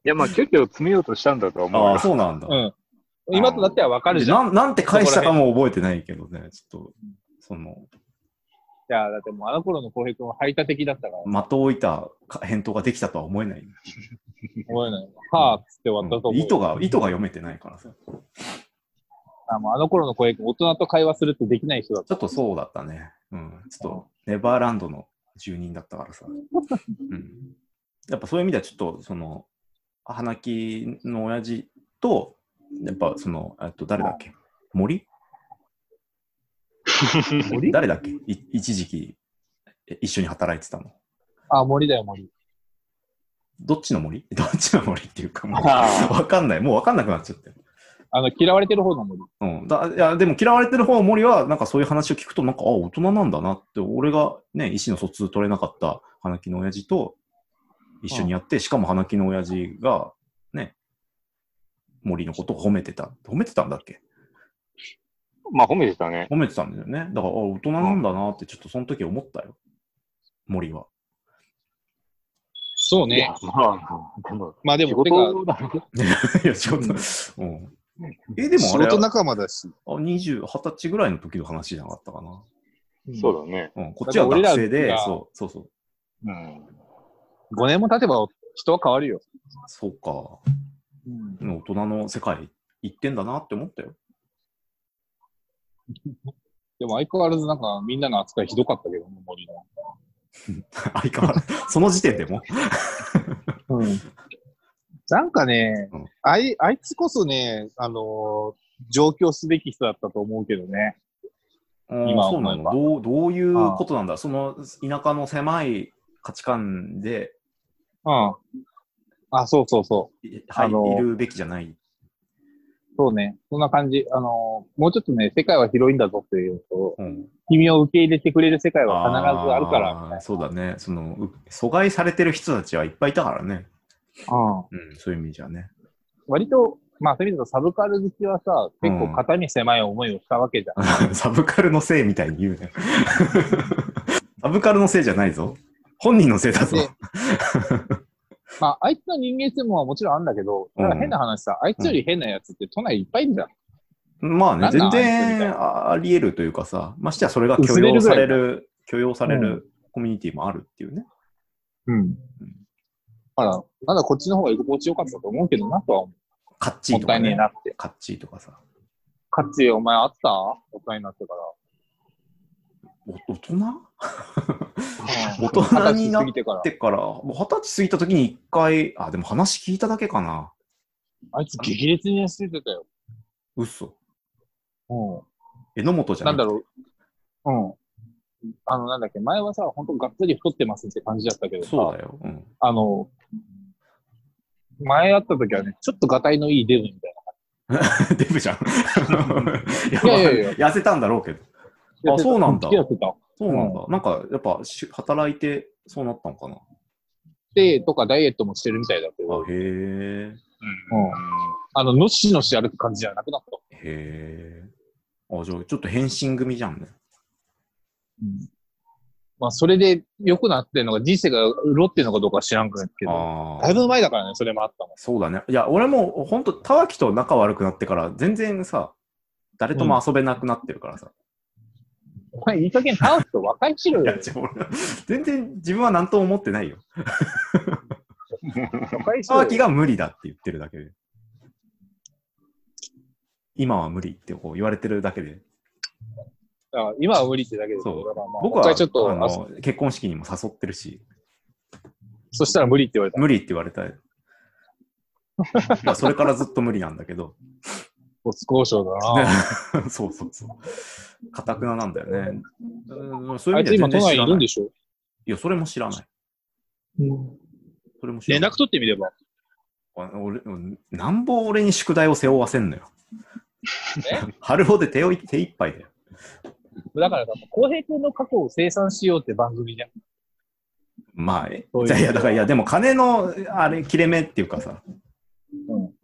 C: や、まあ、距離を詰めようとしたんだとは思う
A: ああ、
C: よ。
A: そうなんだ。
B: うん。今となってはわかるじゃん。
A: なんなんて返したかも覚えてないけどね、ちょっと、その、
B: いや、だってもうあの頃の浩平君は排他的だったから、
A: 的を置いた返答ができたとは思えない。
B: 思えない。はあっつって終わったと思う。
A: 意図が、意図が読めてないからさ。ち
B: あもうあの頃の浩平君、大人と会話するってできない人だった。
A: ょっとそうだったね。うん。ちょっと、ネバーランドの住人だったからさ。うん。やっぱそういう意味では、ちょっと、その、花木の親父と、やっぱその、えっと、誰だっけ森
B: 森
A: 誰だっけい一時期、え一緒に働いてたの。
B: あ、森だよ、森。
A: どっちの森 どっちの森っていうか、もう、
C: あ
A: わかんない。もうわかんなくなっちゃったよ。
B: あの、嫌われてる方の森。
A: うん、だいやでも嫌われてる方の森は、なんかそういう話を聞くと、なんか、あ、大人なんだなって、俺がね、意思の疎通取れなかった花木の親父と一緒にやって、しかも花木の親父が、ね、森のことを褒めてた。褒めてたんだっけ
C: まあ、褒めてたね。
A: 褒めてたんだよね。だから、あ、大人なんだなって、ちょっとその時思ったよ。森は。
B: そう
C: いや
B: ね。
C: まあ、でも、
B: まあで
C: 仕
B: も、てか、
C: 事だろ。
A: いや、仕事。うん。え、でもあれ、あ
B: 仲間だし。
A: 20、20歳ぐらいの時の話じゃなかったかな。
C: そうだね。
A: うん、こっちは学生で
B: だから俺ら、が
A: そう、そうそう。
C: うん。
B: 5年も経てば人は変わるよ。
A: そうか。
B: うん。
A: 大人の世界行ってんだなって思ったよ。
B: でも相変わらずなんかみんなの扱いひどかったけどね、森の。
A: 相変わらず。その時点でも。
B: うんなんかね、
A: うん
B: あい、あいつこそね、あのー上京すべき人だったと思うけどね。
A: 今そうなの
B: 今
A: どう。どういうことなんだその田舎の狭い価値観で、
B: うん。あ、そうそうそ
A: いはい、
B: あの
A: いるべきじゃない。
B: う。そうね。そんな感じ。あのーもうちょっとね、世界は広いんだぞっていうと、
A: うん、
B: 君を受け入れてくれる世界は必ずあるから、みたいな
A: あーそうだね。その、う阻害されてる人たちはいっぱいいたからね。
B: うん。
A: うん、そういう意味じゃね。
B: 割と、まあ、そういう意味だとサブカル好きはさ、結構肩に狭い思いをしたわけじゃ ん。
A: サブカルのせいみたいに言うね。サブカルのせいじゃないぞ。本人のせいだぞ
B: で。まあ、あいつの人間性ももちろんあるんだけど、ただ変な話さ、あいつより変なやつって都内いっぱいいるじゃん。
A: まあね、
B: な
A: 全
B: んだあいつみたい
A: 然ああり得るというかさ、ましてやそれが許
B: 薄れ
A: 容
B: るぐ
A: さ
B: らい
A: れる、許容されるコミュニティもあるっていうね。
B: うん。だから、まだこっちの方が居心地よかったと思うけどなとは思
A: カッ
B: う。
A: チ
B: も
A: ー
B: っ
A: と
B: た
A: か
B: いねえ
A: ね。
B: なって。
A: カッチーとかさ。
B: かっち、お前あった大人になってから。
A: お大人
B: うん
A: 大人にな
B: 二十歳過ぎてから
A: っ。てから、もう二十歳過ぎた時に一回、あ、でも話聞いただけかな。
B: あいつ激烈に痩せてたよ。
A: 嘘。
B: うん。
A: 榎本じゃ
B: なんだ
A: う。
B: ろう。うん。あの、なんだっけ、前はさ、本当がっつり太ってますって感じだったけどさ、
A: そうだよ。うん。
B: あの、前会った時はね、ちょっとがたいのいいデブみたい
A: デブ じゃん。
B: いやいやいや
A: まあ痩せたんだろうけど。
B: な。
A: あそうなんだ
B: 付き合ってた。
A: そうなんだ。なんか、やっぱし、働いてそうなったのかな。
B: で、とかダイエットもしてるみたいだけ
A: あ
B: ど、、
A: へえ。
B: うんあの、のしのし歩く感じじゃなくなった。
A: へえ。あ、じゃあ、ちょっと変身組じゃんね。
B: まあ、それで良くなってるのが、人生が潤ってるのかどうかは知らんくないけど、
A: あ
B: だい
A: あ。
B: ぶ前だからね、それもあったの。
A: そうだね。いや、俺も、ほんと、たわきと仲悪くなってから、全然さ、誰とも遊べなくなってるからさ。
B: お前、いい加減タオルと和解しろ
A: い
B: よ
A: や、。じゃあ俺、 全然自分は何とも思ってないよ。
B: 和解し
A: たわ
B: ろ
A: き
B: よ。
A: が無理だって言ってるだけで。今は無理ってこう言われてるだけで。
B: あ今は無理ってだけですけど、
A: そう
B: だからまあ
A: 僕
B: も
A: は
B: う一回ちょっと
A: あ
B: あそ
A: の結婚式にも誘ってるし、
B: そしたら無理って言われた。
A: 無理って言われた い。だからそれからずっと無理なんだけど。
B: ボス交渉だな。
A: そうそうそう。かたくななんだよね。うん そうい
B: あ
A: う意味では全
B: いつ今都
A: 然
B: 内
A: 知
B: にい
A: ら
B: るん
A: ない。
B: で
A: い
B: しょ
A: や、それも知らない。それも知ら
B: 連
A: ない。
B: 絡取ってみれば。
A: 俺、なんぼ俺に宿題を背負わせんのよ。 春穂で手を手一杯だよ。
B: だからさ、浩平君の過去を清算しようって番組じゃん。
A: まあ、え
B: そういう
A: いやいや、だから、いや、でも金の、あれ、切れ目っていうかさ、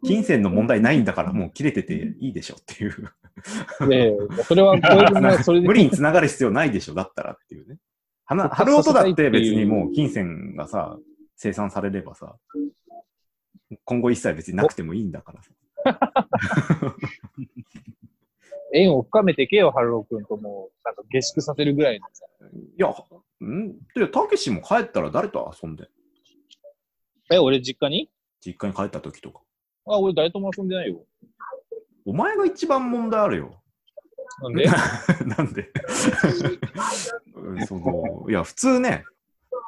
A: 金銭の問題ないんだから、もう切れてていいでしょっていう。
B: で、それは浩平君がそれで
A: 無理につながる必要ないでしょ、だったらっていうね。はな春音だって別にもう金銭がさ、生産されればさ、今後一切別になくてもいいんだからさ。
B: 縁を深めてけよ、春郎君ともう、なんか下宿させるぐらいのさ。
A: いや、んで、たけしも帰ったら誰と遊んで
B: え、俺実家に
A: 実家に帰った時とか。
B: あ、俺誰とも遊んでないよ。
A: お前が一番問題あるよ。
B: なんで
A: なんで うんその、いや、普通ね、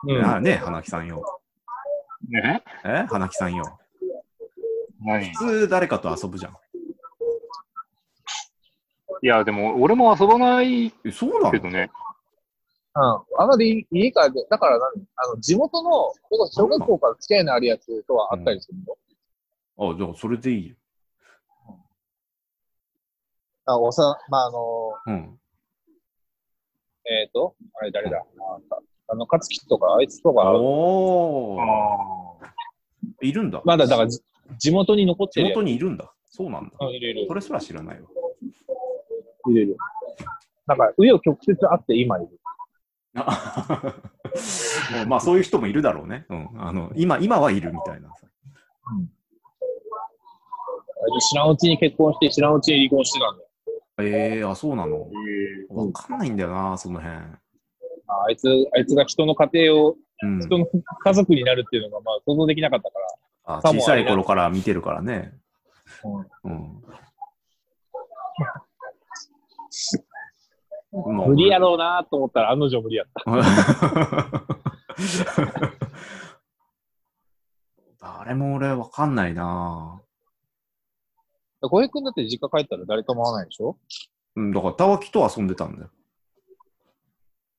B: うん。
A: ああね、花木さんよ。
C: ね
A: え花木さんよ。
C: 何い
A: 普通誰かと遊ぶじゃん。
C: や、でも、俺も遊ばない
A: え、そうな
C: け
A: の
C: どね。
B: うん。あんまり家からで、だから何あの、地元の、それこそ小学校から付き合いのあるやつとはあったりするの、
A: あ、じゃあそれでいいよ。
B: あ、おさ、まあ、あの、
A: うん。
B: えっ、ー、と、あれ誰だ、ああの、勝樹とか、あいつとか、
A: おー。
C: あ
A: いるんだ。
B: まだだからじ地元に残っ
A: 地
B: てるやつ
A: 元にいるんだ。そうなんだ。
B: うんいるいる
A: それすら知らないわ。
B: いるいる。なんか、紆余曲折あって今いる。
A: あまあそういう人もいるだろうね。うん。あの、今、今はいるみたいなさ。
B: 知らんうちに結婚して、知らんうちに離婚してたんだよ。
A: ええー、あ、そうなの
C: ー。え
A: わかんないんだよな、その辺。
B: ああいつ、あいつが人の家庭を、
A: うん。
B: 人の家族になるっていうのが、まあ、想像できなかったか
A: あ
B: さもあれ
A: 小さい頃から見てるからね。うん。ま
B: ら、
A: あ
B: 無理やろうなと思ったら、案の定無理やった。
A: 誰も俺わかんないな
B: 小平君だって実家帰ったら誰とも会わないでしょ
A: うん、だから、たわきと遊んでたんだよ。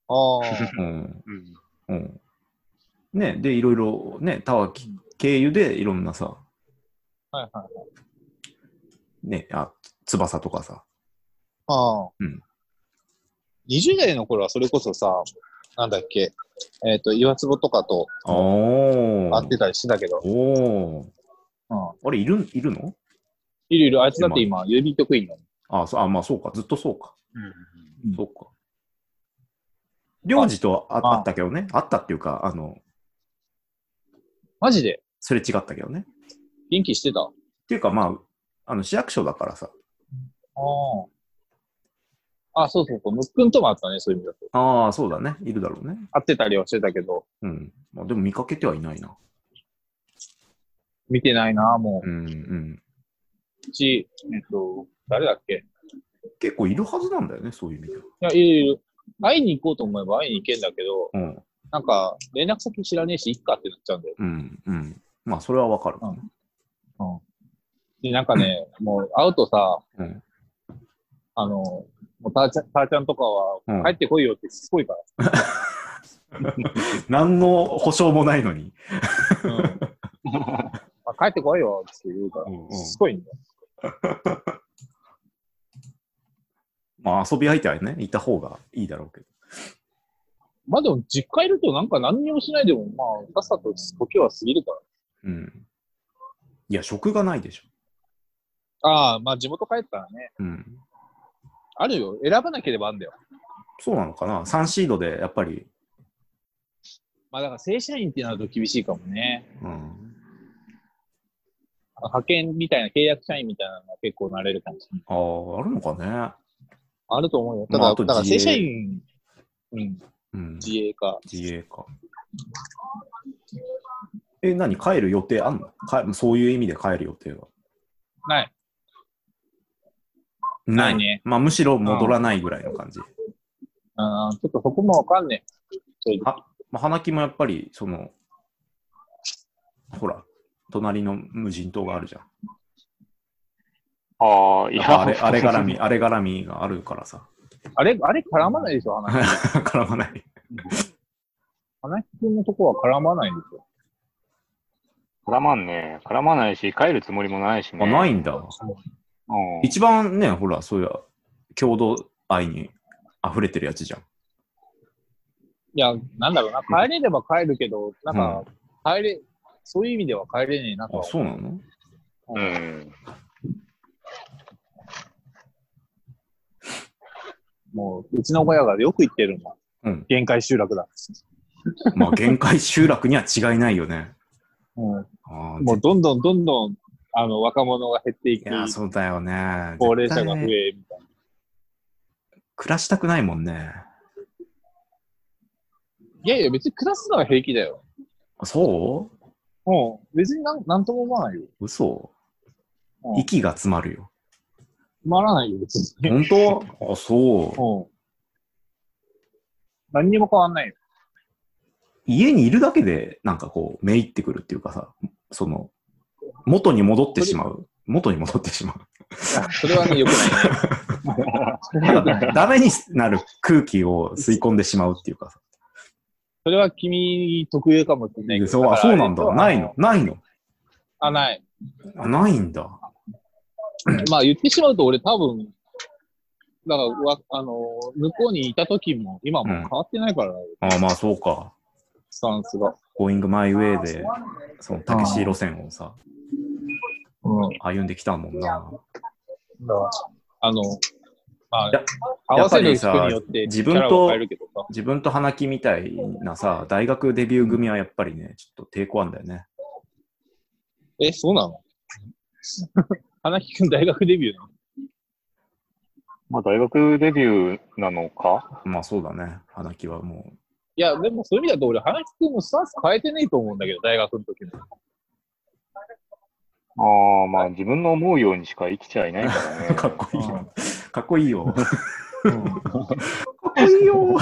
B: ああ。
A: うん。
C: うん
A: うん。ね、で、いろいろ、ね、たわき経由でいろんなさ、
B: はいはい。
A: ね、あ、翼とかさ。
B: ああ。
A: うん
B: 20代の頃はそれこそさ、なんだっけ、えっ、と、岩坪とかと
A: お
B: 会ってたりしてたけど、
A: おー。
B: うん。
A: あれ、いる、いるの
B: いるいる、あいつだって今、郵便局員なの。
A: あそあ、まあそうか、ずっとそうか。
C: うん
B: うん
A: そうか。領事とああ
B: あ
A: ったけどね、あったっていうか、あの、
B: マジで
A: それ違ったけどね。っ
B: 元気してたあ
A: ていうかまあ、あの市役所だからさ。
B: あ。あ、そうそうそう。ムックンともあったね、そういう意味だと。
A: ああ、そうだね。いるだろうね。
B: 会ってたりはしてたけど、
A: うん。まあ、でも見かけてはいないな。
B: 見てないな、も
A: う
B: う。
A: んうん。
B: うち、えっと、誰だっけ
A: 結構いるはずなんだよね、そういう意味では。
B: いや、いるいる。会いに行こうと思えば会いに行けんだけど、
A: うん。
B: なんか、連絡先知らねえし、いっかってなっちゃうんだよ。
A: うんうん。まあ、それはわかるかな。
B: で、なんか ね、もう会うとさ、
A: うん
B: あの、もうたーちゃん、たーちゃんとかは、
A: うん
B: 帰ってこいよってしつこいか
A: 何の保証もないのに。
B: ら。うん あ帰ってこいよって言うから、
A: うんうん
B: しつこいんだよ。
A: まあ、遊び相手はね、いた方がいいだろうけど。
B: まあでも、実家いるとなんか何にもしないでも、まあ、さっさと時は過ぎるか
A: うん。いや、職がないでしょ。
B: ら。ああ、まあ地元帰ったらね、
A: うん。
B: あるよ。選ばなければあんだよ。
A: そうなのかな。サンシードで、やっぱり、
B: まあだから正社員ってなると厳しいかもね。
A: うん。
B: 派遣みたいな、契約社員みたいなのが結構なれるかもしれない。
A: ああ、あるのかね。
B: あると思うよ。ただ、
A: まああと
B: だから
A: 自営
B: 正社員、うん、
A: うん。
B: 自営か。
A: 自営か。え、何帰る予定あんのかそういう意味で帰る予定は。
B: ない。
A: な
B: ないね。
A: まあ、むしろ戻らないぐらいの感じ。
B: あーちょっとそこもわかんねえ。正直
A: あまあ、花木もやっぱり、その、ほら、隣の無人島があるじゃん。
C: ああ、い
A: やっぱ
C: や、
A: あれ、あれ絡 み、あれ絡みがあるからさ。
B: あれ、あれ絡まないでしょ、話。
A: 絡まない。
B: 話君のとこは絡まないんですよ。
C: 絡まんね。絡まないし、帰るつもりもないし
A: あ、
C: ね。
A: ないんだ。
C: うん
A: 一番ね、ほら、そういや、郷土愛に溢れてるやつじゃん。
B: いや、なんだろうな、帰れれば帰るけど、なんか、帰れ、そういう意味では帰れねえなと
A: あ、
B: は
A: そうなの
B: 思う。
C: うん。
B: もう、うちの親がよく言ってるも
A: う
B: ん。
A: ん。
B: 限界集落だ。
A: まあ、限界集落には違いないよね。
B: うん、
A: あー
B: もう、どんどんどんどん、あの、若者が減ってい
A: い
B: く、
A: やー、そうだよね。
B: 高齢者が増
A: 絶対
B: え、みたいな。
A: 暮らしたくないもんね。
B: いやいや、別に暮らすのは平気だよ。
A: あそ
B: もう、別になんなんとも思わないよ。
A: う嘘
B: うん
A: 息が詰まるよ。
B: つまらないよ、別に。
A: 本当あ、そう。
B: うん。何にも変わんないよ。
A: 家にいるだけで、なんかこう、めいってくるっていうかさ、その、元に戻ってしまう。元に戻ってしまう。
B: それはね、良く ないね。それは良くない。
A: ダメになる空気を吸い込んでしまうっていうかさ。
B: それは君特有かもしれないけど。
A: そうあ
B: から
A: そうなんだ。ないの。。ないの。
B: あ、ない。
A: あないんだ。
B: まあ言ってしまうと俺多分、だからわ、あの、向こうにいた時も、今も
A: うん
B: 変わってないから、
A: あまあそうか。
B: スタンスが。
A: Going My Way で、その、たけし路線をさ、
B: うん。
A: 歩んできたもんな。
B: だから、あの、まあ
A: いや、
B: 合わせる人
A: やっぱり
B: に
A: さ
B: よって、
A: 自分と
B: 変えるけどさ。
A: 自分と花木みたいなさ、大学デビュー組はやっぱりね、ちょっと抵抗あんだよね。
B: え、そうなの 花木くん大学デビューなの
C: まあ、大学デビューなのか
A: まあそうだね。花木はも
B: いや、でもそういう意味だと俺、花木くんもスタンス変えてないと思うんだけど、大学の時も。
C: ああ、まあ、自分の思うようにしか生きちゃいな いからね
A: う、。かっこいい
B: うん
A: よ。かっこいいよ。 かっこいいよ。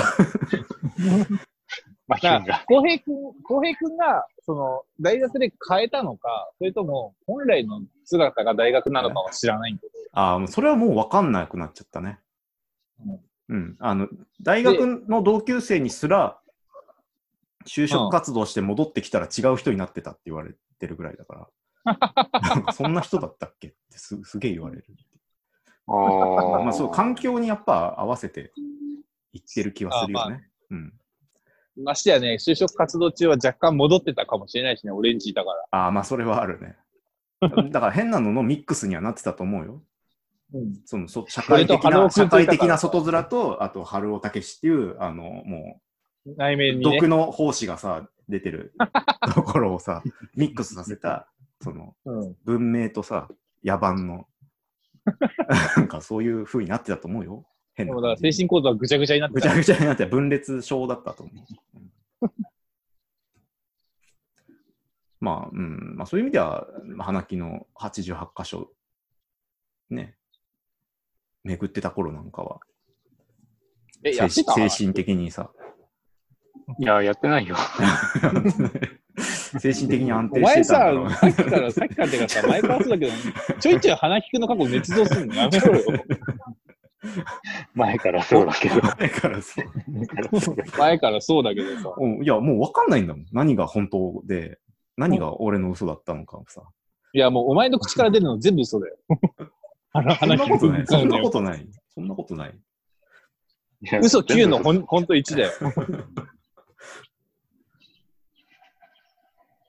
C: マキ
B: だか
C: 君が。
B: ら、浩平君、浩平君が、その、大学で変えたのか、それとも、本来の姿が大学なのかは知らないんだけ
A: ああ、もうそれはもうわかんなくなっちゃったね。うん。あの、大学の同級生にすら、就職活動して戻ってきたら違う人になってたって言われてるぐらいだ から。そんな人だったっけってす すげえ言われる。
C: ああ。
A: まあそう、環境にやっぱ合わせていってる気はするよね。うん。
B: ど。ましてやね、就職活動中は若干戻ってたかもしれないしね、オレンジいたから。
A: ああ、まあそれはあるね。 だから変なののミックスにはなってたと思うよ。
B: うん。
A: そのそ社
B: それ
A: 会
B: と
A: 的
B: 春
A: な
B: 尾くん
A: 社
B: といたから
A: 会的な外面と、あと、春尾武っていう、あの、も
B: 内面に、ね。
A: 毒の胞子がさ、出て るところをさ、ミックスさせた、その、
B: うん。
A: 文明とさ、野蛮の、 なんかそういう風になってたと思うよ。変
B: で
A: な
B: も
A: 感
B: だ
A: じ
B: から精神構造はぐちゃぐちゃになって
A: ぐちゃ
B: た。
A: ぐちゃになって分裂症だったと思う。まあ、うん、まあそういう意味では、まあ花木の88箇所、ね、巡ってた頃なんかは、
B: え、やって
A: 精
B: た
A: 神精神的に さ、
C: いや、やってないよ。
A: 精神的に安
B: お
A: 定し
B: 前
A: てた
B: さ
A: んだろう、な。
B: さっきから、さっきからっていうかさ、前からそうだけど、ちょいちょい鼻利くの過去捏造するのやめろよ。
C: 前からそうだ けど。
A: だからそう
C: 前からそうだけど
B: 前からそうだけどさ。
A: うんいや、もう分かんないんだもん。何が本当で、何が俺の嘘だったのかもさ。
B: いや、もうお前の口から出るの全部嘘だよ。あ の
A: そん
B: 鼻
A: な
B: 利
A: ことない。
B: く
A: そん
B: の
A: な
B: よ
A: ことない。そんなことない。
C: いや
B: 嘘9の
C: 全部
B: ほんほんと1だよ。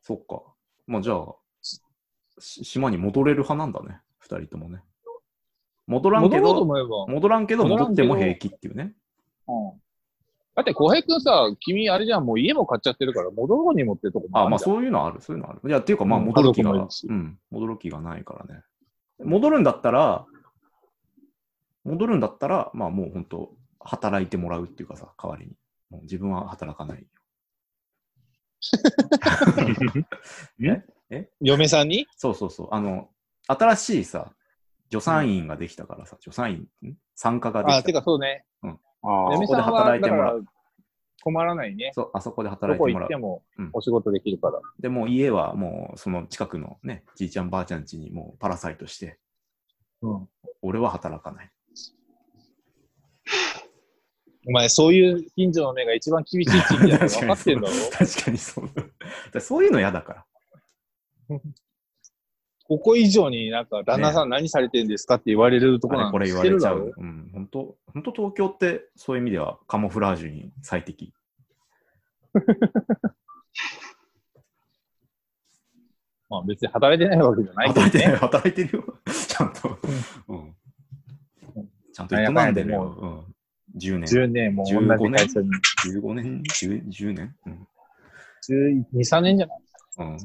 A: そっか。まあじゃあ、し島に戻れる派なんだね、二人ともね。戻らん
B: 戻
A: け
B: ろうと
A: ど、
B: 思えば。
A: 戻らんけど、
B: 戻ら
A: 戻
B: ん
A: っ
B: け
A: て
B: ど
A: も平気っていうね。
B: うんだって、浩平君さ、君あれじゃん、もう家も買っちゃってるから、戻ろうにもってとこも
A: あ
B: る
A: まあ
B: じゃん
A: そういうのある、そういうのある。いや、っていうか、まあ
B: うん
A: 戻る気が、
B: 家族もいうるし
A: ん、戻る気がないからね。戻るんだったら、戻るんだったら、まあもう本当、働いてもらうっていうかさ、代わりに。もう自分は働か ない。
B: 嫁さんに
A: そうそうそう。あの、新しいさ、助産院ができたからさ、助産院、ん産科ができ
B: あ、
A: たか
B: て
A: ら
B: かそうね。
C: あ
B: 嫁
C: ー
B: さんは、
A: そこで働いてもらう
B: だから困らないね。
A: そう、あそこで
B: ど
A: 働い
B: こ
A: ても
B: 行
A: らう
B: って。も
A: うん
B: お仕事できるから。
A: で、もう家はもうその近くのね、じいちゃんばあちゃん家にもうパラサイトして、
B: うん
A: 俺は働かない。
B: お前、そういう近所の目が一番厳しい地域だから分かってんだろ
A: 確かにそう。 だからそういうの嫌だから。
B: ここ以上になんか、旦那さん何されてんですかって言われるとこ
A: あ
B: な
A: れ
B: ん
A: これ
B: て
A: 言わ
B: 知って
A: れ
B: る
A: ち
B: だ
A: ゃ
B: ろ
A: う。うん、本当本当東京ってそういう意味ではカモフラージュに最適。
B: まあ別に働いてないわけじゃないけど
A: 働いてる
B: ね。
A: よ、働いて るよ。ちゃんと。うん。ちゃんと営んでるよ。うん。10年。
B: 10年も同じ
A: 15
B: 会社に。
A: 15年 ?10 10年うん。
B: 12、3年じゃない
A: うん。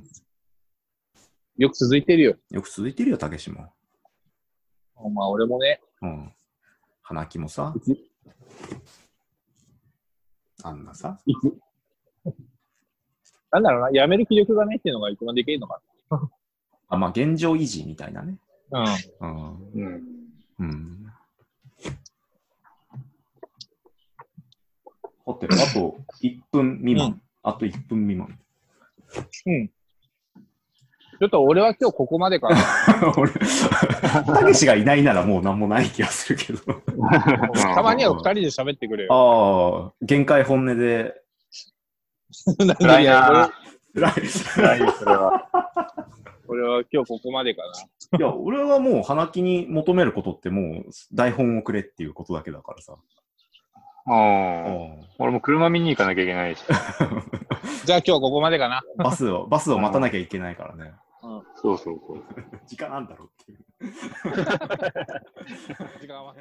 B: よく続いてるよ。
A: よく続いてるよ、たけしも。
B: まあ俺もね、
A: うん。花木もさ、あんなさ、
B: なんだろうな、辞める気力がないっていうのが一番できるのか
A: あまあ、現状維持みたいなね。
B: な。うん。
A: うん。
C: うん
A: うん、ホテル、あと1分未満。
B: う
A: あと1分未満。
B: うん。ちょっと俺は今日ここまでか な。
A: 俺、たけしがいないならもう何もない気がするけど。
B: たまには二人で喋ってくれよ。
A: ああ、限界本音で。
B: なんで
C: 暗い
B: いや
C: な
A: 辛い
C: 辛いよ、それは。
B: 俺俺は今日ここまでか
A: いや、俺はもう、花木に求めることってもう、台本をくれっていうことだけだからさ。
C: うん俺も車見に行かなきゃいけないし。
B: な。じゃあ今日はここまでかな。
A: バスを、バスを待たなきゃいけないからね。
C: そうそうそう。
A: 時間あんだろうっていう。
B: 時間は。